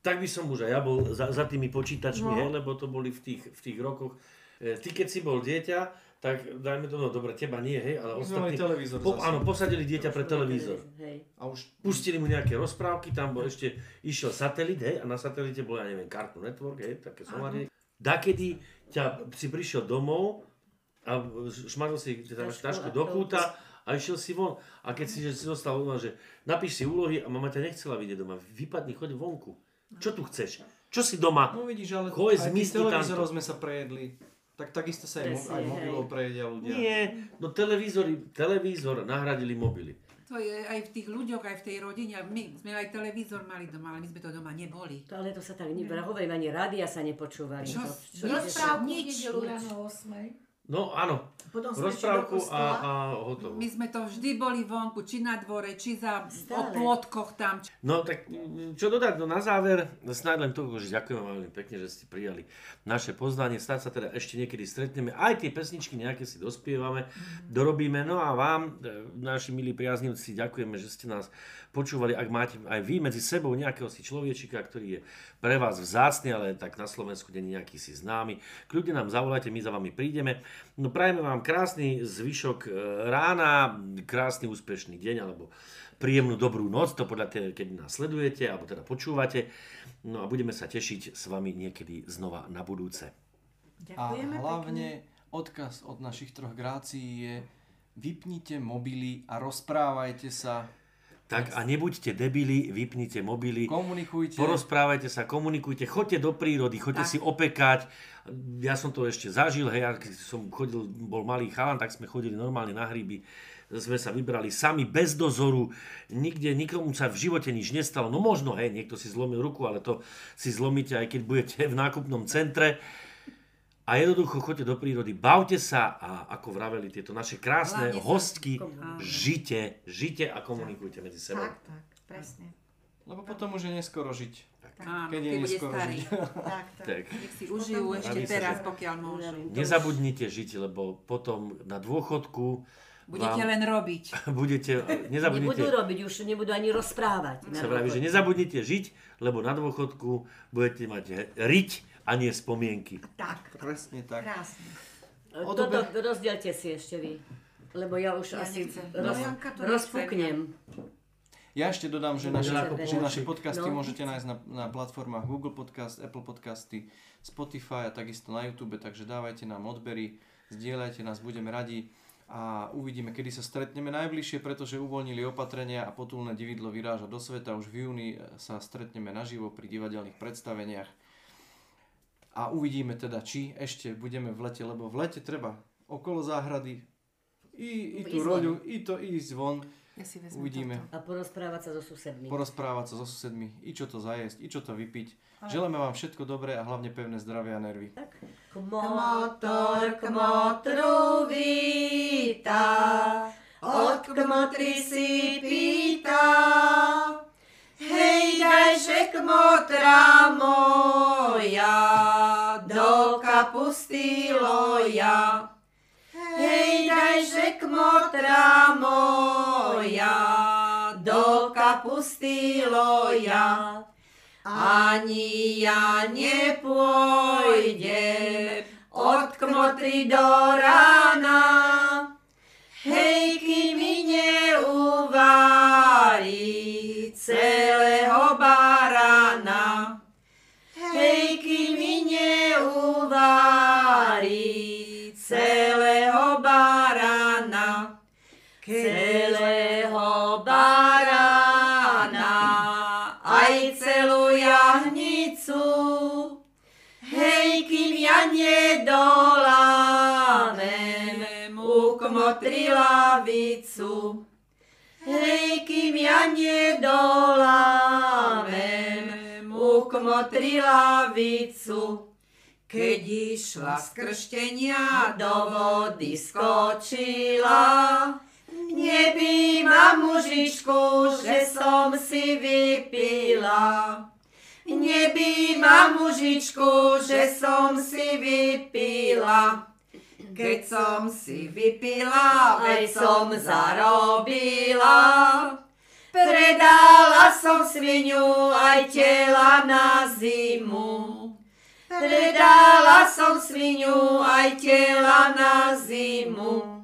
B: tak by som už aj ja bol za, za tými počítačmi, hej, lebo to boli v tých, v tých rokoch. E, ty, keď si bol dieťa, tak dajme tomu, no dobre, teba nie, hej, ale
D: My sme mali
B: ostatní...
D: televízor
B: Po,
D: zase.
B: áno, posadili dieťa pre televízor.
C: Hej.
D: A už
B: Pustili mu nejaké rozprávky, tam bol ešte, išiel satelit, hej, a na satelite bol, ja neviem, Cartoon Network, hej, také somarie. Dakedy ťa si prišiel domov a šmaril si teda
C: Tašku
B: tašku
C: a
B: do
C: to-
B: kúta a išiel si von. A keď si, že si dostal doma, že napíš si úlohy a mama ťa nechcela vidieť doma, vypadni, choď vonku. Čo tu chceš? Čo si doma?
D: No vidíš, ale
B: Ko je
D: aj tých
B: zmysly
D: televízorov
B: tamto?
D: sme sa prejedli. Tak takisto sa aj, mo-
C: Presne,
D: aj
C: hej.
D: mobilov prejedia
C: Mm.
D: ľudia.
B: Nie, no televízory, televízor nahradili mobily.
E: To je aj v tých ľuďoch, aj v tej rodine. My sme aj televízor mali doma, ale my sme to doma neboli.
C: To, ale to sa tak, ne, hovorím, ani rádia sa nepočúvali.
E: Čo?
C: To-
E: Rozprávku v nedelu
F: ráno 8.
B: No áno,
F: Potom sme
B: rozprávku
F: šli do
B: a,
F: kostola.
B: a hotovo.
E: My sme to vždy boli vonku, či na dvore, či za o
C: Stále.
E: plotkoch tam.
B: No tak mm, čo dodať, no na záver, snáď len toľko, že ďakujem vám veľmi pekne, že ste prijali naše pozvanie, snáď sa teda ešte niekedy stretneme, aj tie pesničky nejaké si dospievame, dorobíme, no a vám, e, naši milí priaznivci, ďakujeme, že ste nás počúvali, ak máte aj vy medzi sebou nejakého si človečika, ktorý je pre vás vzácny, ale tak na Slovensku není nejaký si známy, kľudne nám zavolajte, my za vami prídeme, no prajeme vám krásny zvyšok e, rána, krásny úspešný deň, alebo príjemnú dobrú noc, to podľa tej, keď nás sledujete, alebo teda počúvate. No a budeme sa tešiť s vami niekedy znova na budúce.
D: A hlavne odkaz od našich troch grácií je vypnite mobily a rozprávajte sa.
B: Tak a nebuďte debili, vypnite mobily.
D: Komunikujte.
B: Porozprávajte sa, komunikujte, choďte do prírody, choďte
E: Tak.
B: si opekať. Ja som to ešte zažil, hej, ja keď som chodil, bol malý chalan, tak sme chodili normálne na hryby, sme sa vybrali sami, bez dozoru, nikde, nikomu sa v živote nič nestalo. No možno, hej, niekto si zlomil ruku, ale to si zlomíte, aj keď budete v nákupnom centre. A jednoducho choďte do prírody, bavte sa a ako vraveli tieto naše krásne
E: Hlavne sa
B: hostky,
C: komunikujte.
B: žite, žite a komunikujte medzi sebou.
F: Tak, tak, presne.
D: Lebo potom už je neskoro žiť.
E: Áno,
D: Keď
E: keď,
D: je
E: bude
D: neskoro
E: starý.
D: žiť.
F: Tak, tak.
B: Tak.
E: Nech si užijú ešte
B: Baví sa,
E: teraz,
B: že-
E: pokiaľ môžu.
B: Nezabudnite žiť, lebo potom na dôchodku
E: Budete
B: vám
E: len robiť.
B: budete, e,
C: Nebudú
B: nezabudnite,
C: robiť, už nebudú ani rozprávať.
B: sa vraví, že nezabudnite žiť, lebo na dôchodku budete mať he- riť a nie spomienky.
F: Tak,
D: Presne tak.
F: krásne.
D: O
C: Toto
D: dobe-
C: rozdielte si ešte vy. Lebo ja už
E: Ja
C: asi
E: nechcem.
C: roz,
F: No, Janka to
C: rozpuknem.
D: Ja ešte dodám, že naše,
B: Veľa
D: že naše podcasty
C: No.
D: môžete nájsť na, na platformách Google Podcast, Apple Podcasty, Spotify a takisto na YouTube, takže dávajte nám odbery, zdieľajte nás, budeme radi a uvidíme, kedy sa stretneme najbližšie, pretože uvoľnili opatrenia a potulné dividlo vyráža do sveta. Už v júni eh, sa stretneme naživo pri divadelných predstaveniach a uvidíme teda, či ešte budeme v lete, lebo v lete treba okolo záhrady i, i tú
C: Ísť von.
D: roľu, i to ísť von.
E: Ja si vezmem
D: Uvidíme
E: toto.
C: A porozprávať sa so susedmi.
D: porozprávať sa so susedmi, i čo to zajesť, i čo to vypiť. Želáme vám všetko dobré a hlavne pevné zdravie a nervy.
C: Tak.
F: Motor k motru víta, od kmotry si pýta. Hej, dajže kmotra moja, do kapusty loja. Hej, dajže kmotra moja, do kapusty loja. Ani ja nepôjdem od kmotry do rána. Hej, kým mi neuvarí celého barána. Hej, kým mi neuvarí celého barána. Celého barána, Teda aj celú jahnicu. Hej, kým ja nedolámem u kmotri lavicu. Hej, kým ja nedolámem u kmotri lavicu. Keď išla z krštenia do vody skočila, neby ma mužičku, že som si vypila. Neby ma mužičku, že som si vypila. Keď som si vypila, veď som zarobila. Predala som svinu aj tela na zimu. Predala som svinu aj tela na zimu.